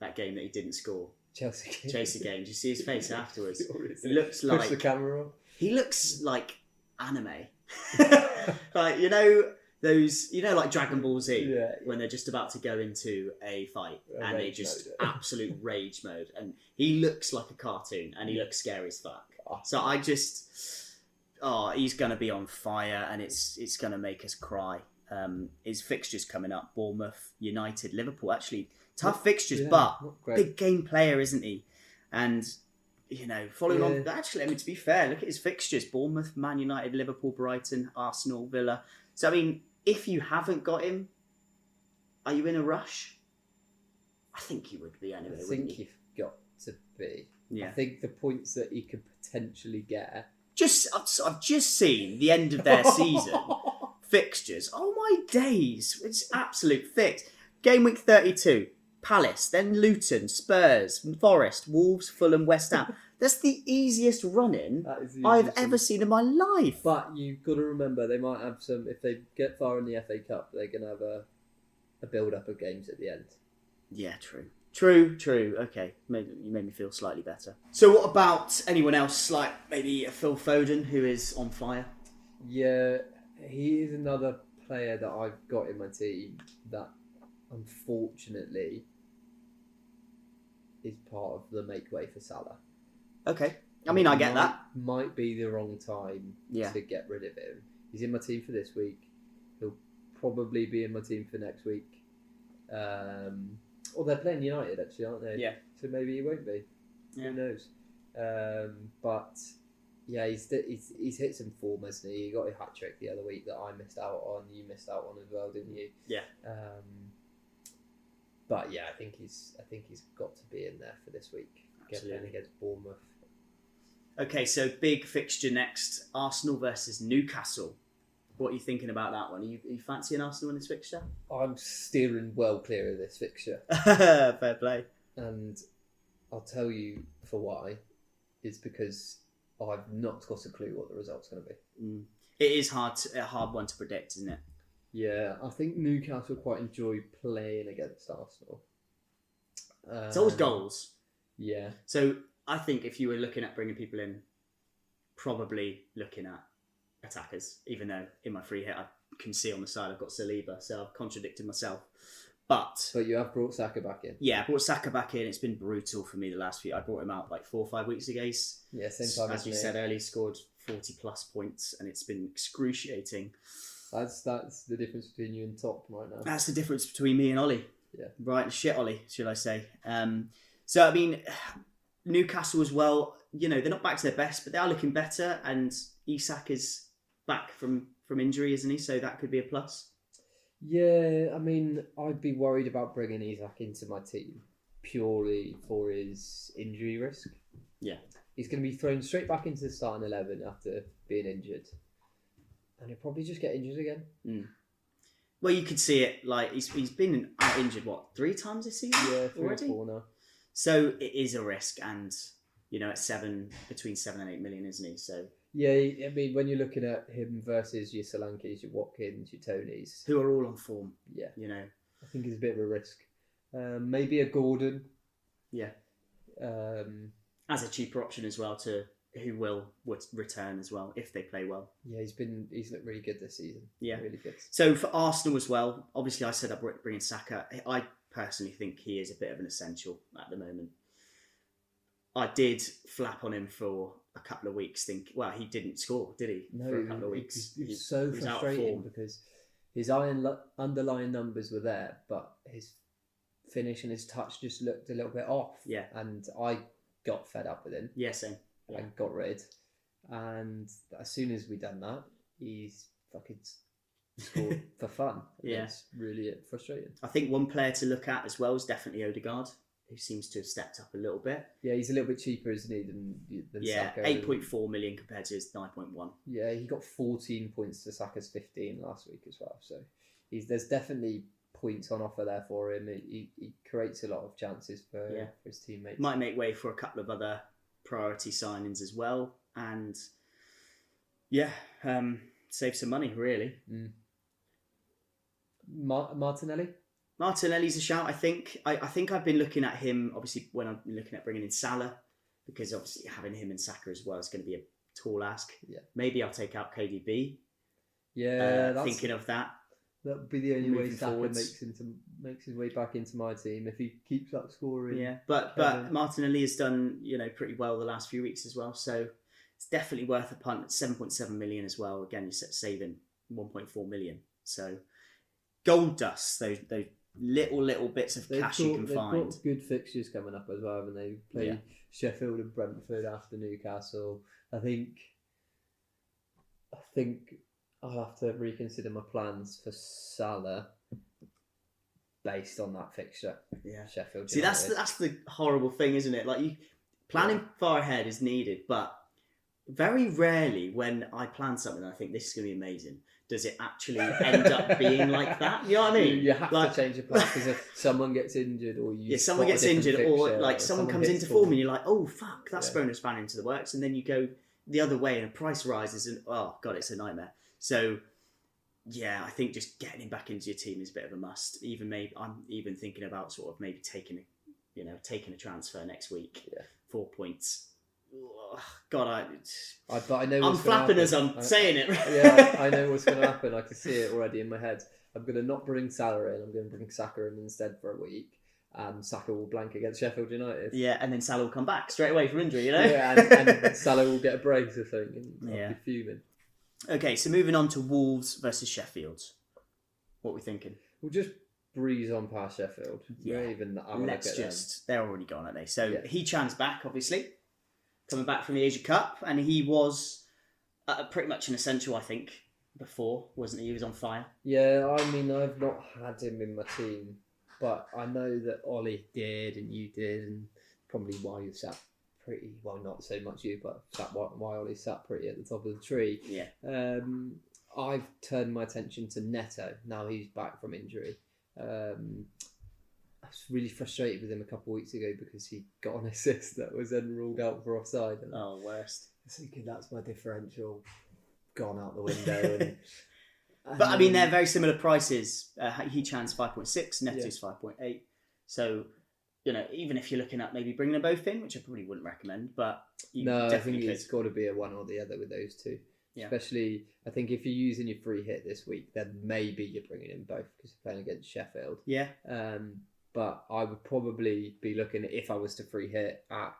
Speaker 2: that game that he didn't score,
Speaker 1: Chelsea game.
Speaker 2: Chelsea game. Did you see his face afterwards?
Speaker 1: Furious.
Speaker 2: He looks
Speaker 1: Push the
Speaker 2: like
Speaker 1: camera off.
Speaker 2: he looks like anime. like you know those you know like Dragon Ball Z
Speaker 1: Yeah.
Speaker 2: uh, when they're just about to go into a fight
Speaker 1: A
Speaker 2: and they
Speaker 1: rage
Speaker 2: just
Speaker 1: mode.
Speaker 2: absolute rage mode and he looks like a cartoon and he
Speaker 1: Yeah.
Speaker 2: looks scary as fuck
Speaker 1: Oh.
Speaker 2: so i just oh he's gonna be on fire and it's it's gonna make us cry um his fixtures coming up bournemouth united liverpool actually tough fixtures
Speaker 1: Yeah,
Speaker 2: but
Speaker 1: not great.
Speaker 2: big game player isn't he and you know, following on.
Speaker 1: Yeah.
Speaker 2: Actually, I mean, to be fair, look at his fixtures: Bournemouth, Man United, Liverpool, Brighton, Arsenal, Villa. So, I mean, if you haven't got him, are you in a rush? I think you would be anyway.
Speaker 1: I
Speaker 2: wouldn't
Speaker 1: think
Speaker 2: you?
Speaker 1: you've got to be. I
Speaker 2: Yeah.
Speaker 1: think the points that he could potentially get.
Speaker 2: Just I've, I've just seen the end of their season fixtures. Oh my days! It's absolute fix. Game week thirty-two: Palace, then Luton, Spurs, Forest, Wolves, Fulham, West Ham. That's the easiest running
Speaker 1: That is the
Speaker 2: I've
Speaker 1: easiest
Speaker 2: ever
Speaker 1: one.
Speaker 2: seen in my life.
Speaker 1: But you've got to remember, they might have some. If they get far in the FA Cup, they're going to have a, a build up of games at the end.
Speaker 2: Yeah, true. True, true. Okay, made, you made me feel slightly better. So, what about anyone else, like maybe a Phil Foden, who is on fire?
Speaker 1: Yeah, he is another player that I've got in my team that unfortunately is part of the make way for Salah.
Speaker 2: Okay, I mean, I get
Speaker 1: Might-
Speaker 2: that.
Speaker 1: Might be the wrong time
Speaker 2: Yeah.
Speaker 1: to get rid of him. He's in my team for this week. He'll probably be in my team for next week. Um, or they're playing United, actually, aren't they?
Speaker 2: Yeah.
Speaker 1: So maybe he won't be.
Speaker 2: Yeah.
Speaker 1: Who knows? Um, but yeah, he's, he's he's hit some form, hasn't he? He got a hat trick the other week that I missed out on. You missed out on as well, didn't you?
Speaker 2: Yeah.
Speaker 1: Um, but yeah, I think he's I think he's got to be in there for this week. Get playing
Speaker 2: Absolutely.
Speaker 1: against Bournemouth.
Speaker 2: Okay, so big fixture next: Arsenal versus Newcastle. What are you thinking about that one? Are you, are you fancying Arsenal in this fixture?
Speaker 1: I'm steering well clear of this fixture,
Speaker 2: Fair play.
Speaker 1: and I'll tell you for why. It's because I've not got a clue what the result's going to be.
Speaker 2: Mm. It is hard, to, a hard one to predict, isn't it?
Speaker 1: Yeah, I think Newcastle quite enjoy playing against Arsenal. Um,
Speaker 2: It's always goals.
Speaker 1: Yeah,
Speaker 2: So I think if you were looking at bringing people in, probably looking at attackers, even though in my free hit I can see on the side I've got Saliba, so I've contradicted myself. But
Speaker 1: but you have brought Saka back in.
Speaker 2: yeah, I brought Saka back in. It's been brutal for me the last few. I brought him out like four or five weeks ago.
Speaker 1: Yeah, same time as,
Speaker 2: as you
Speaker 1: me.
Speaker 2: said earlier, he scored 40 plus points and it's been excruciating.
Speaker 1: That's that's the difference between you and top right now.
Speaker 2: That's the difference between me and Ollie.
Speaker 1: Yeah.
Speaker 2: Right, shit, Ollie, should I say? Um, so I mean, Newcastle as well. You know, they're not back to their best, but they are looking better. And Isak is back from from injury, isn't he? So that could be a plus.
Speaker 1: Yeah, I mean, I'd be worried about bringing Isak into my team purely for his injury risk.
Speaker 2: Yeah.
Speaker 1: He's going to be thrown straight back into the starting 11 after being injured. And he'll probably just get injured again.
Speaker 2: Well, you could see it. Like he's he's been out injured what three times this season
Speaker 1: Yeah, three
Speaker 2: already.
Speaker 1: or four now.
Speaker 2: So it is a risk, and you know, at seven between seven and eight million, isn't he? So
Speaker 1: Yeah, I mean, when you're looking at him versus your Solankis, your Watkins, your Tonys,
Speaker 2: who are all on form?
Speaker 1: yeah,
Speaker 2: You know,
Speaker 1: I think it's a bit of a risk. Um, maybe a Gordon.
Speaker 2: Yeah.
Speaker 1: Um,
Speaker 2: as a cheaper option as well to who will would return as well if they play well.
Speaker 1: yeah, he's been he's looked really good this season.
Speaker 2: Yeah.
Speaker 1: really good.
Speaker 2: So for Arsenal as well, obviously I said I brought bringing Saka. I personally think he is a bit of an essential at the moment. I did flap on him for a couple of weeks. Think well, he didn't score, did he?
Speaker 1: No,
Speaker 2: for a
Speaker 1: it-
Speaker 2: couple of
Speaker 1: it-
Speaker 2: weeks,
Speaker 1: It's, it's
Speaker 2: He-
Speaker 1: so
Speaker 2: he was out of
Speaker 1: frustrating
Speaker 2: form.
Speaker 1: because his iron lu- underlying numbers were there, but his finish and his touch just looked a little bit off.
Speaker 2: Yeah.
Speaker 1: and I got fed up with him
Speaker 2: Yeah, same. Yeah.
Speaker 1: and got rid. And as soon as we done that, he's fucking s- scored for fun. And
Speaker 2: Yeah.
Speaker 1: it's really frustrating.
Speaker 2: I think one player to look at as well is definitely Odegaard, who seems to have stepped up a little bit.
Speaker 1: Yeah, he's a little bit cheaper, isn't he, than, than
Speaker 2: yeah,
Speaker 1: Saka?
Speaker 2: eight point four million compared to his nine point one.
Speaker 1: Yeah, he got 14 points to Saka's 15 last week as well. So he's there's definitely points on offer there for him. He, he, he creates a lot of chances for,
Speaker 2: Yeah.
Speaker 1: for his teammates.
Speaker 2: might make way for a couple of other priority signings as well, and yeah, um, save some money really.
Speaker 1: Mm. Mar- Martinelli.
Speaker 2: Martinelli's a shout. I think. I, I think I've been looking at him obviously when I'm looking at bringing in Salah because obviously having him and Saka as well is going to be a tall ask.
Speaker 1: Yeah.
Speaker 2: Maybe I'll take out KDB.
Speaker 1: Yeah,
Speaker 2: uh,
Speaker 1: that's,
Speaker 2: thinking of that.
Speaker 1: that would be the only way
Speaker 2: moving
Speaker 1: Saka
Speaker 2: forwards.
Speaker 1: makes into makes his way back into my team if he keeps up scoring.
Speaker 2: Yeah,
Speaker 1: Kevin.
Speaker 2: but but Martinelli has done you know pretty well the last few weeks as well, so it's definitely worth a punt. Seven point seven million as well. Again, you're saving one point four million. So gold dust those those little little bits of
Speaker 1: They've
Speaker 2: cash
Speaker 1: got,
Speaker 2: you can
Speaker 1: they've
Speaker 2: find.
Speaker 1: got good fixtures coming up as well, haven't they? Play
Speaker 2: Yeah.
Speaker 1: Sheffield and Brentford after Newcastle. I think. I think I'll have to reconsider my plans for Salah based on that fixture.
Speaker 2: Yeah.
Speaker 1: Sheffield.
Speaker 2: See, that's the,
Speaker 1: United.
Speaker 2: that's the horrible thing, isn't it? Like you planning far ahead is needed, but very rarely when I plan something, and I think this is going to be amazing. Does it actually end up being like that? You know what I mean?
Speaker 1: You, you have
Speaker 2: Like-
Speaker 1: to change your plan because if someone gets injured or you
Speaker 2: yeah, someone
Speaker 1: spot a
Speaker 2: gets
Speaker 1: different
Speaker 2: injured, or
Speaker 1: fixture
Speaker 2: like someone, comes
Speaker 1: hits
Speaker 2: into form,
Speaker 1: form.
Speaker 2: and you're like, oh fuck, that's
Speaker 1: Yeah.
Speaker 2: thrown a spanner into the works, and then you go the other way, and a price rises, and oh god, it's a nightmare. So yeah, I think just getting him back into your team is a bit of a must. Even maybe I'm even thinking about sort of maybe taking a, you know, taking a transfer next week,
Speaker 1: Yeah.
Speaker 2: four points. Ugh, God, I,
Speaker 1: I, but I know
Speaker 2: I'm
Speaker 1: what's gonna
Speaker 2: flapping as
Speaker 1: happen.
Speaker 2: I'm
Speaker 1: I-
Speaker 2: saying it.
Speaker 1: yeah, I know what's going to happen. I can see it already in my head. I'm going to not bring Salah in. I'm going to bring Saka in instead for a week. And Saka will blank against Sheffield United.
Speaker 2: Yeah, and then Salah will come back straight away from injury, you know.
Speaker 1: Yeah, and, and Salah will get a brace, I think, and I'll
Speaker 2: Yeah.
Speaker 1: be fuming.
Speaker 2: okay, so moving on to Wolves versus Sheffield. What are we thinking?
Speaker 1: We'll just breeze on past Sheffield.
Speaker 2: Yeah.
Speaker 1: Not even that. I'm
Speaker 2: Let's just, they're already gone, aren't they? So
Speaker 1: Yeah.
Speaker 2: he Chan's back, obviously, coming back from the Asia Cup, and he was uh, pretty much an essential, I think, before, wasn't he? He was on fire.
Speaker 1: Yeah, I mean, I've not had him in my team, but I know that Ollie did and you did, and probably why you sat pretty well, not so much you, but sat why, why Ollie sat pretty at the top of the tree.
Speaker 2: Yeah.
Speaker 1: Um, I've turned my attention to Neto now he's back from injury. Um, I was really frustrated with him a couple of weeks ago because he got an assist that was then ruled out for offside. And
Speaker 2: Oh, worst.
Speaker 1: I was thinking, that's my differential gone out the window. And,
Speaker 2: But I
Speaker 1: Um,
Speaker 2: mean, they're very similar prices. Uh, he Chan's 5.6, Neto's 5.8. So, you know, even if you're looking at maybe bringing them both in, which I probably wouldn't recommend, but you
Speaker 1: no, I think
Speaker 2: definitely
Speaker 1: it's got to be a one or the other with those two.
Speaker 2: Yeah.
Speaker 1: Especially, I think if you're using your free hit this week, then maybe you're bringing in both because you're playing against Sheffield.
Speaker 2: could. Yeah.
Speaker 1: Um, but I would probably be looking if I was to free hit at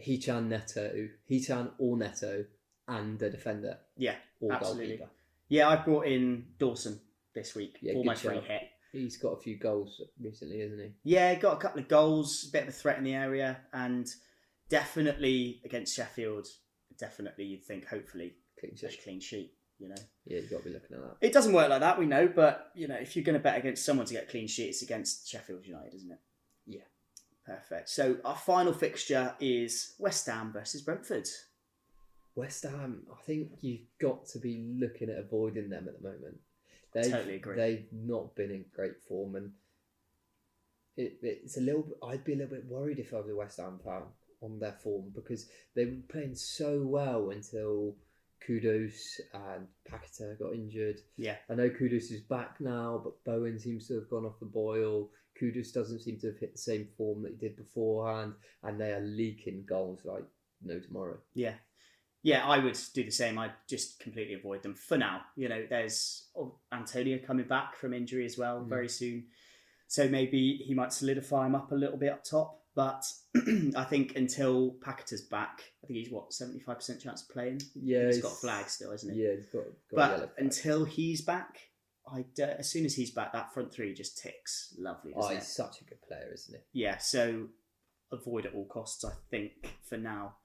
Speaker 1: Hechan Neto, Hechan or Neto, and a defender
Speaker 2: Yeah,
Speaker 1: or
Speaker 2: absolutely.
Speaker 1: goalkeeper.
Speaker 2: Yeah, I brought in Dawson this week
Speaker 1: Yeah,
Speaker 2: for
Speaker 1: good
Speaker 2: my free
Speaker 1: shout.
Speaker 2: hit.
Speaker 1: He's got a few goals recently, isn't he?
Speaker 2: Yeah, got a couple of goals, bit of a threat in the area, and definitely against Sheffield, definitely you'd think hopefully
Speaker 1: Clean
Speaker 2: just
Speaker 1: sheet.
Speaker 2: clean sheet. You know,
Speaker 1: Yeah, you've got to be looking at that.
Speaker 2: it doesn't work like that, we know, but you know, if you're going to bet against someone to get a clean sheet, it's against Sheffield United, isn't it?
Speaker 1: Yeah.
Speaker 2: Perfect. So our final fixture is West Ham versus Brentford.
Speaker 1: West Ham, I think you've got to be looking at avoiding them at the moment. They've,
Speaker 2: Totally agree.
Speaker 1: They've not been in great form, and it, it's a little. bit- I'd be a little bit worried if I was a West Ham fan on their form because they were playing so well until Kudos and Pakita got injured.
Speaker 2: Yeah.
Speaker 1: I know Kudos is back now, but Bowen seems to have gone off the boil. Kudos doesn't seem to have hit the same form that he did beforehand, and they are leaking goals like no tomorrow.
Speaker 2: Yeah. Yeah, I would do the same. I'd just completely avoid them for now. You know, there's oh, Antonio coming back from injury as well
Speaker 1: Mm.
Speaker 2: very soon. So maybe he might solidify him up a little bit up top. But I think until Packeta's back, I think he's what, 75% chance of playing?
Speaker 1: Yeah,
Speaker 2: he's got a flag still, isn't he?
Speaker 1: Yeah, he's got, got a yellow
Speaker 2: but
Speaker 1: flag.
Speaker 2: until he's back, I d- as soon as he's back, that front three just ticks. Lovely.
Speaker 1: oh,
Speaker 2: Doesn't
Speaker 1: he's
Speaker 2: it?
Speaker 1: such a good player, isn't he?
Speaker 2: yeah, so avoid at all costs, I think, for now.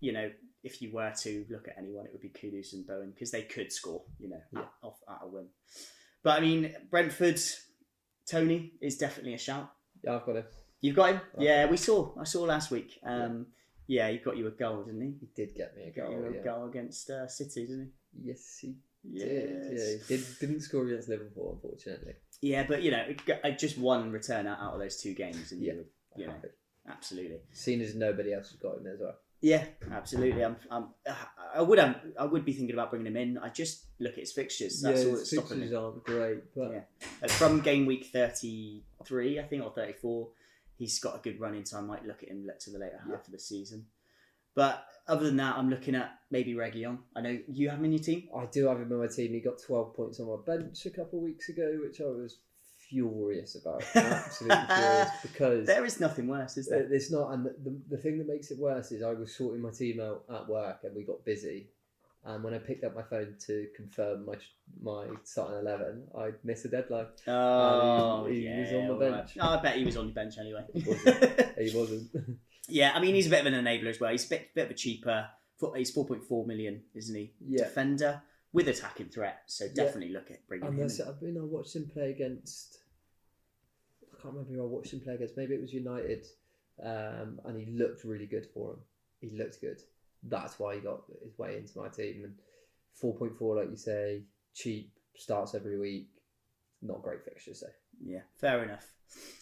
Speaker 2: You know, if you were to look at anyone, it would be Kudus and Bowen because they could score, you know,
Speaker 1: Yeah.
Speaker 2: at, off at a whim. But I mean, Brentford, Tony is definitely a shout.
Speaker 1: Yeah, I've got him.
Speaker 2: You've got him?
Speaker 1: Okay.
Speaker 2: Yeah, we saw. I saw last week. Um, yeah. he got you a goal, didn't he?
Speaker 1: He did get me a
Speaker 2: He got
Speaker 1: goal.
Speaker 2: you a
Speaker 1: yeah.
Speaker 2: goal against uh, City, didn't
Speaker 1: Yes, he
Speaker 2: he?
Speaker 1: did. Yeah,
Speaker 2: Yes.
Speaker 1: he did, didn't score against Liverpool, unfortunately.
Speaker 2: Yeah, but you know, it got- uh, just one return out out of those two games, and
Speaker 1: Yeah. Uh,
Speaker 2: you were, you know,
Speaker 1: Happy.
Speaker 2: absolutely.
Speaker 1: Seeing as nobody else has got him as well.
Speaker 2: Yeah, absolutely. I'm, I'm, I would, i I would be thinking about bringing him in. I just look at his fixtures. That's
Speaker 1: yeah,
Speaker 2: all
Speaker 1: his
Speaker 2: that's stopping me.
Speaker 1: fixtures aren't great, but
Speaker 2: Yeah. Uh, from game week 33, I think, or 34, he's got a good run in, so I might look at him to the later
Speaker 1: Yeah.
Speaker 2: half of the season. But other than that, I'm looking at maybe Reguilon. I know you have him in your team.
Speaker 1: I do have him on my team. He got 12 points on my bench a couple of weeks ago, which I was furious about. Absolutely furious because
Speaker 2: There is nothing worse, is there?
Speaker 1: it's not. And the, the thing that makes it worse is I was sorting my team out at work and we got busy. And when I picked up my phone to confirm my my starting 11, I missed a deadline.
Speaker 2: Oh,
Speaker 1: he
Speaker 2: yeah,
Speaker 1: was on the
Speaker 2: all right.
Speaker 1: bench.
Speaker 2: No, I bet he was on your bench anyway.
Speaker 1: He wasn't. He wasn't.
Speaker 2: yeah, I mean, he's a bit of an enabler as well. He's a bit, bit of a cheaper. fo- He's 4.4 million, isn't he?
Speaker 1: Yeah.
Speaker 2: Defender with attacking threat. So
Speaker 1: Yeah.
Speaker 2: definitely look at bringing
Speaker 1: And
Speaker 2: him
Speaker 1: that's,
Speaker 2: in.
Speaker 1: I mean, I watched him play against. I can't remember who I watched him play against. Maybe it was United, um, and he looked really good for him. He looked good. That's why he got his way into my team. And four point four, like you say, cheap starts every week. Not great fixtures, though.
Speaker 2: Yeah, fair enough.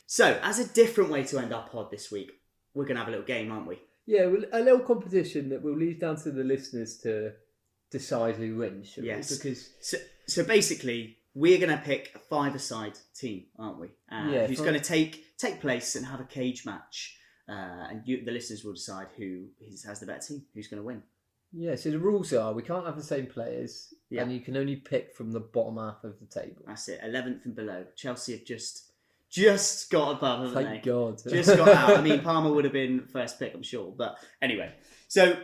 Speaker 2: So, as a different way to end our pod this week, we're going to have a little game, aren't we?
Speaker 1: Yeah, well, a little competition that we'll leave down to the listeners to decide who wins. shall we?
Speaker 2: Yes.
Speaker 1: because
Speaker 2: So, so basically, we're going to pick a five-a-side team, aren't we? Uh,
Speaker 1: Yeah,
Speaker 2: who's
Speaker 1: fi-
Speaker 2: going to take take place and have a cage match, uh, and you, the listeners will decide who is, has the better team, who's going to win.
Speaker 1: yeah, so the rules are we can't have the same players,
Speaker 2: Yeah.
Speaker 1: and you can only pick from the bottom half of the table.
Speaker 2: That's it. Eleventh and below. Chelsea have just just got above, haven't
Speaker 1: Thank
Speaker 2: they?
Speaker 1: God.
Speaker 2: Just got out. I mean, Palmer would have been first pick, I'm sure. But anyway, so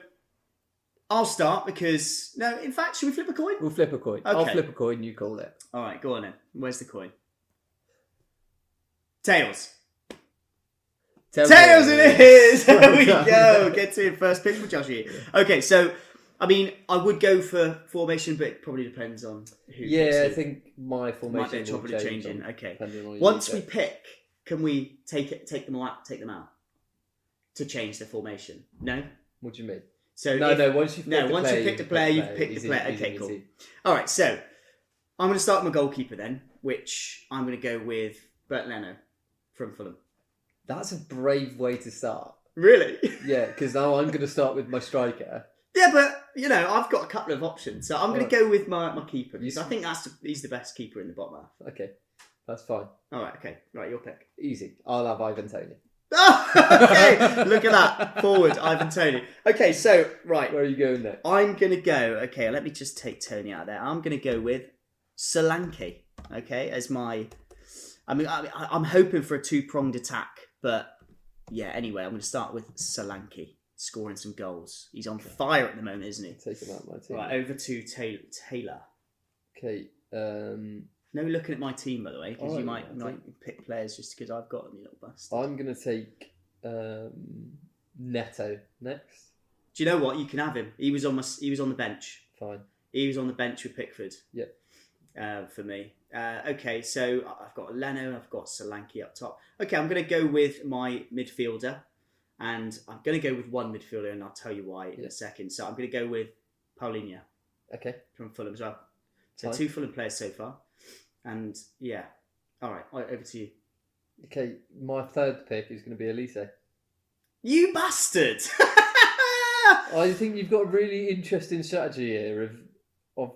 Speaker 2: I'll start because no. In fact, should we flip a coin?
Speaker 1: we'll flip a coin. I'll
Speaker 2: Okay.
Speaker 1: flip a coin. You call it.
Speaker 2: All right, go on then. Where's the coin? Tails.
Speaker 1: Tails,
Speaker 2: Tails it is! There
Speaker 1: Well
Speaker 2: we
Speaker 1: done.
Speaker 2: go. Get to it. First pick for Josh here. Okay, so, I mean, I would go for formation, but it probably depends on who.
Speaker 1: Yeah, I
Speaker 2: picks who.
Speaker 1: think my
Speaker 2: Might be
Speaker 1: formation will
Speaker 2: probably
Speaker 1: change
Speaker 2: changing.
Speaker 1: on-
Speaker 2: Okay.
Speaker 1: depending on you,
Speaker 2: Once we
Speaker 1: but-
Speaker 2: pick, can we take it, take them out, take them out to change the formation? No.
Speaker 1: What do you mean?
Speaker 2: So
Speaker 1: No,
Speaker 2: if-
Speaker 1: no. Once you've
Speaker 2: no,
Speaker 1: picked
Speaker 2: once you've
Speaker 1: player,
Speaker 2: picked a player, you've picked
Speaker 1: He's
Speaker 2: the
Speaker 1: in-
Speaker 2: player.
Speaker 1: he's
Speaker 2: Okay,
Speaker 1: in your
Speaker 2: cool.
Speaker 1: team.
Speaker 2: All right, so I'm going to start with my goalkeeper then, which I'm going to go with Bert Leno from Fulham.
Speaker 1: That's a brave way to start.
Speaker 2: Really?
Speaker 1: Yeah, because now I'm going to start with my striker.
Speaker 2: Yeah, but you know, I've got a couple of options, so I'm going
Speaker 1: Alright.
Speaker 2: to go with my, my keeper
Speaker 1: You-
Speaker 2: because I think that's the, he's the best keeper in the bottom half.
Speaker 1: Okay, that's fine.
Speaker 2: All right, okay, right, your pick.
Speaker 1: Easy. I'll have Ivan Tony.
Speaker 2: Oh, okay, look at that forward, Ivan Tony. Okay, so right,
Speaker 1: Where are you going next?
Speaker 2: I'm going to go. Okay, let me just take Tony out of there. I'm going to go with Solanke. Okay, as my, I mean, I, I- I'm hoping for a two pronged attack, but yeah. Anyway, I'm going to start with Solanke scoring some goals. He's on fire at the moment, isn't he?
Speaker 1: Take him out of my team.
Speaker 2: Right, over to Taylor. Taylor.
Speaker 1: Okay. Um,
Speaker 2: No looking at my team, by the way, because
Speaker 1: Oh,
Speaker 2: you might
Speaker 1: I Oh.
Speaker 2: might pick players just because I've got them, you little bastard.
Speaker 1: I'm going to take um, Neto next.
Speaker 2: Do you know what? You can have him. He was on my, s- he was on the bench.
Speaker 1: Fine.
Speaker 2: He was on the bench with Pickford.
Speaker 1: Yeah.
Speaker 2: Uh, for me. Uh, okay, so I- I've got Leno, I've got Solanke up top. Okay, I'm going to go with my midfielder, and I'm going to go with one midfielder, and I'll tell you why in
Speaker 1: Yeah.
Speaker 2: a second. So I'm going to go with Paulinho
Speaker 1: Okay.
Speaker 2: from Fulham as well. So
Speaker 1: Fine.
Speaker 2: two Fulham players so far, and yeah. All right, all right, over to you.
Speaker 1: Okay, my third pick is going to be Elise.
Speaker 2: You bastard!
Speaker 1: I think you've got a really interesting strategy here of of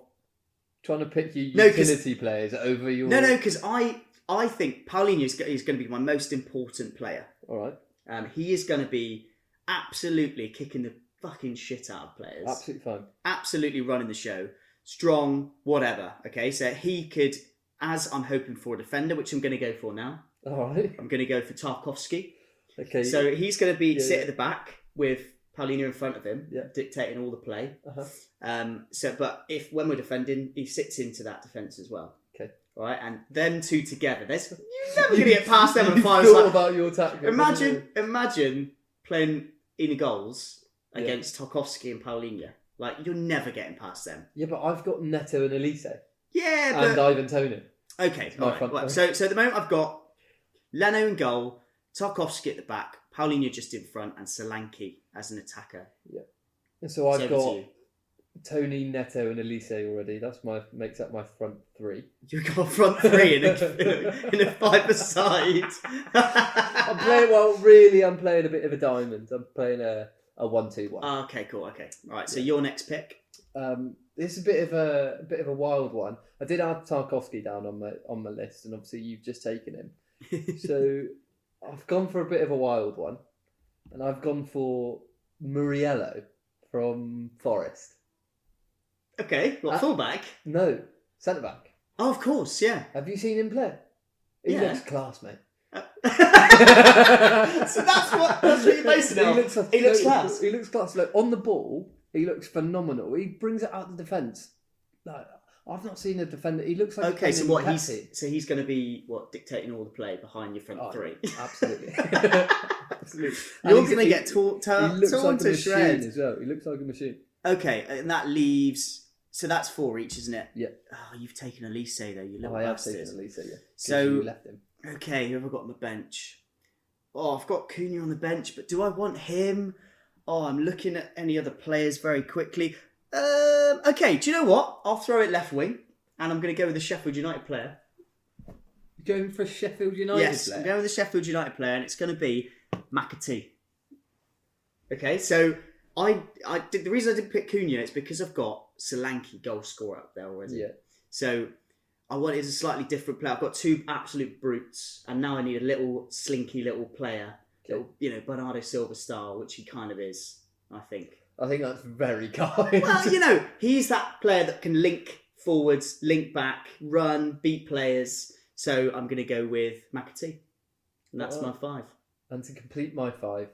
Speaker 1: trying to pick your
Speaker 2: No, 'cause-
Speaker 1: utility players over your.
Speaker 2: No, no, because I I think Paulinho is, go- is going to be my most important player.
Speaker 1: All right,
Speaker 2: Um, he is going to be absolutely kicking the fucking shit out of players.
Speaker 1: absolutely fine.
Speaker 2: Absolutely running the show. Strong, whatever. Okay, so he could, as I'm hoping for a defender, which I'm going to go for now.
Speaker 1: All right.
Speaker 2: I'm going to go for Tarkovsky.
Speaker 1: Okay.
Speaker 2: So he's going to be
Speaker 1: Yeah,
Speaker 2: sit
Speaker 1: yeah.
Speaker 2: at the back with Paulinho in front of him,
Speaker 1: Yeah.
Speaker 2: dictating all the play.
Speaker 1: uh-huh.
Speaker 2: Um, so, but if when we're defending, he sits into that defense as well.
Speaker 1: Okay.
Speaker 2: All right, and them two together, there's you're never gonna get past them and
Speaker 1: You've
Speaker 2: five.
Speaker 1: thought
Speaker 2: side-
Speaker 1: about your tactic.
Speaker 2: Imagine, imagine playing in goals
Speaker 1: Yeah.
Speaker 2: against Tarkovsky and Paulinho. Like you're never getting past them.
Speaker 1: Yeah, but I've got Neto and Elise
Speaker 2: Yeah, but
Speaker 1: and Ivan Tony.
Speaker 2: Okay,
Speaker 1: my
Speaker 2: all right.
Speaker 1: front
Speaker 2: right.
Speaker 1: foot.
Speaker 2: So, so at the moment I've got Leno in goal, Tarkovsky at the back, Paulinho just in front, and Solanke as an attacker.
Speaker 1: And So I've
Speaker 2: It's over to
Speaker 1: got Tony, Neto, and Elise already. That's my makes up my front three.
Speaker 2: you. You've got front three in a, in a five-a-side.
Speaker 1: I'm playing well. Really, I'm playing a bit of a diamond. I'm playing a. a one-two-one.
Speaker 2: Ah, okay, cool. Okay, all right. So your next pick.
Speaker 1: Um, this is a bit of a, a bit of a wild one. I did add Tarkovsky down on my on my list, and obviously you've just taken him. So I've gone for a bit of a wild one, and I've gone for Muriello from Forest.
Speaker 2: okay, well,
Speaker 1: Uh,
Speaker 2: fullback.
Speaker 1: No, centre back.
Speaker 2: Oh, of course, yeah.
Speaker 1: Have you seen him play? He
Speaker 2: Yeah.
Speaker 1: looks class, mate.
Speaker 2: Uh, so that's what that's what you're basing it
Speaker 1: He
Speaker 2: on.
Speaker 1: looks,
Speaker 2: he looks
Speaker 1: no,
Speaker 2: class.
Speaker 1: He looks class. Like on the ball, he looks phenomenal. He brings it out the defence. Like I've not seen a defender. He looks like he's
Speaker 2: Okay, so
Speaker 1: playing
Speaker 2: what
Speaker 1: in
Speaker 2: he's
Speaker 1: Pepsi.
Speaker 2: so he's going to be what dictating all the play behind your front
Speaker 1: Oh,
Speaker 2: three.
Speaker 1: Absolutely. Absolutely. And
Speaker 2: You're
Speaker 1: he's-
Speaker 2: going to
Speaker 1: he-
Speaker 2: get torn
Speaker 1: He
Speaker 2: tor-
Speaker 1: looks
Speaker 2: torn
Speaker 1: like a
Speaker 2: to
Speaker 1: machine
Speaker 2: shreds.
Speaker 1: as well. He looks like a machine.
Speaker 2: Okay, and that leaves. So that's four each, isn't it?
Speaker 1: Yeah.
Speaker 2: Oh, you've taken Elise though, you little
Speaker 1: Oh, I have
Speaker 2: bastard.
Speaker 1: taken Elisa, yeah. 'cause
Speaker 2: So-
Speaker 1: you left him.
Speaker 2: Okay, who have I got on the bench? Oh, I've got Cunha on the bench, but do I want him? Oh, I'm looking at any other players very quickly. Um, okay, do you know what? I'll throw it left wing, and I'm going to go with the Sheffield United player.
Speaker 1: Going for Sheffield United.
Speaker 2: yes,
Speaker 1: player?
Speaker 2: I'm going with the Sheffield United player, and it's going to be McAtee. Okay, so I, I did, the reason I didn't pick Cunha is because I've got Solanke goal scorer up there already.
Speaker 1: Yeah.
Speaker 2: So I wanted a slightly different player. I've got two absolute brutes, and now I need a little slinky little player,
Speaker 1: Okay.
Speaker 2: you know, Bernardo Silva style, which he kind of is, I think.
Speaker 1: I think that's very kind.
Speaker 2: Well, you know, he's that player that can link forwards, link back, run, beat players. So I'm going to go with McAtee, and that's my
Speaker 1: Alright.
Speaker 2: five.
Speaker 1: And to complete my five,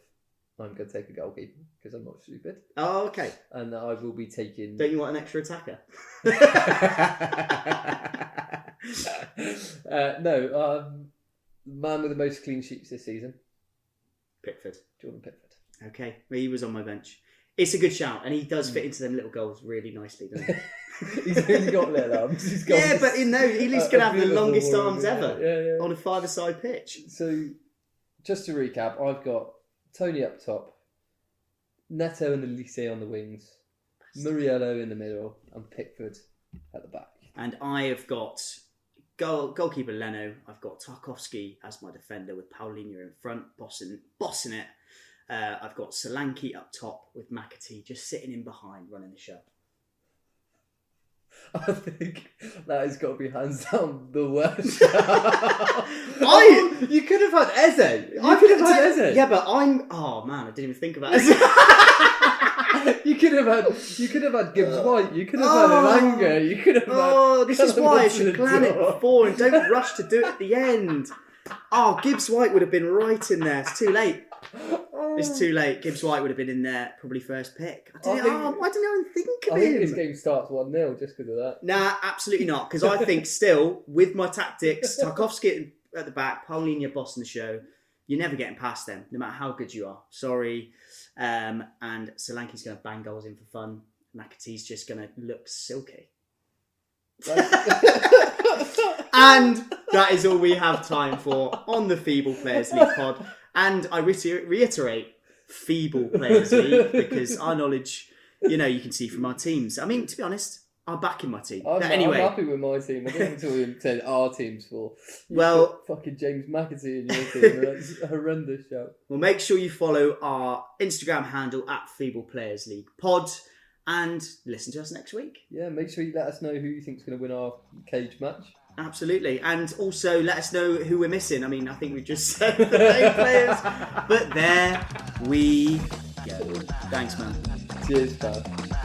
Speaker 1: I'm going to take a goalkeeper because I'm not stupid.
Speaker 2: Oh, okay.
Speaker 1: And I will be taking.
Speaker 2: Don't you want an extra attacker?
Speaker 1: uh, no, um, man with the most clean sheets this season,
Speaker 2: Pickford.
Speaker 1: Jordan Pickford.
Speaker 2: Okay, he was on my bench. It's a good shout, and he does fit into them little goals really nicely, doesn't he?
Speaker 1: Hmm. He's only got little arms. He's got
Speaker 2: Yeah, but in those, at least
Speaker 1: a-
Speaker 2: gonna
Speaker 1: a
Speaker 2: have the
Speaker 1: beautiful
Speaker 2: longest
Speaker 1: one,
Speaker 2: arms
Speaker 1: yeah,
Speaker 2: ever
Speaker 1: yeah, yeah.
Speaker 2: on a five-a-side pitch.
Speaker 1: So, just to recap, I've got Tony up top, Neto and Elise on the wings, Muriello in the middle, and Pickford at the back.
Speaker 2: And I have got goal, goalkeeper Leno. I've got Tarkovsky as my defender with Paulinho in front, bossing, bossing it. Uh, I've got Solanke up top with McAtee just sitting in behind running the show.
Speaker 1: I think that has got to be hands down the worst.
Speaker 2: I-
Speaker 1: you could have had Eze. You
Speaker 2: I've
Speaker 1: could have
Speaker 2: got
Speaker 1: had
Speaker 2: to-
Speaker 1: Eze.
Speaker 2: Yeah, but I'm. Oh man, I didn't even think about it.
Speaker 1: You could have had. You could have had Gibbs White. You could have
Speaker 2: Oh.
Speaker 1: had Elanga. You could have had.
Speaker 2: Oh, this is
Speaker 1: Tell
Speaker 2: why
Speaker 1: him
Speaker 2: I
Speaker 1: what's in
Speaker 2: should
Speaker 1: the
Speaker 2: plan it
Speaker 1: drawer.
Speaker 2: before and don't rush to do it at the end. Oh, Gibbs White would have been right in there. It's too late. It's too late. Gibbs White would have been in there probably first pick. I
Speaker 1: I
Speaker 2: didn't,
Speaker 1: think-
Speaker 2: oh, why didn't I
Speaker 1: I
Speaker 2: even
Speaker 1: think
Speaker 2: think
Speaker 1: this
Speaker 2: of him?
Speaker 1: game starts one 0 just because of that.
Speaker 2: Nah, absolutely not. Because I think still with my tactics, Tarkovsky at the back, Paulinho bossing the show. You're never getting past them, no matter how good you are. Sorry. Um, and Solanke's going to bang goals in for fun. McAtee's just going to look silky. And that is all we have time for on the Feeble Players League pod. And I reiter- reiterate, Feeble Players League, because our knowledge, you know, you can see from our teams. I mean, to be honest, I'm backing my team.
Speaker 1: I'm,
Speaker 2: but
Speaker 1: anyway.
Speaker 2: anyway,
Speaker 1: I'm happy with my team. I don't know what said our team's for. You
Speaker 2: Well-
Speaker 1: put fucking James McAtee in your team. That's a horrendous shout.
Speaker 2: well, make sure you follow our Instagram handle at Feeble Players League pod and listen to us next week.
Speaker 1: Yeah, make sure you let us know who you think's going to win our cage match.
Speaker 2: Absolutely. And also let us know who we're missing. I mean, I think we've just said the main players. But there we go. Thanks, man.
Speaker 1: Cheers, pal.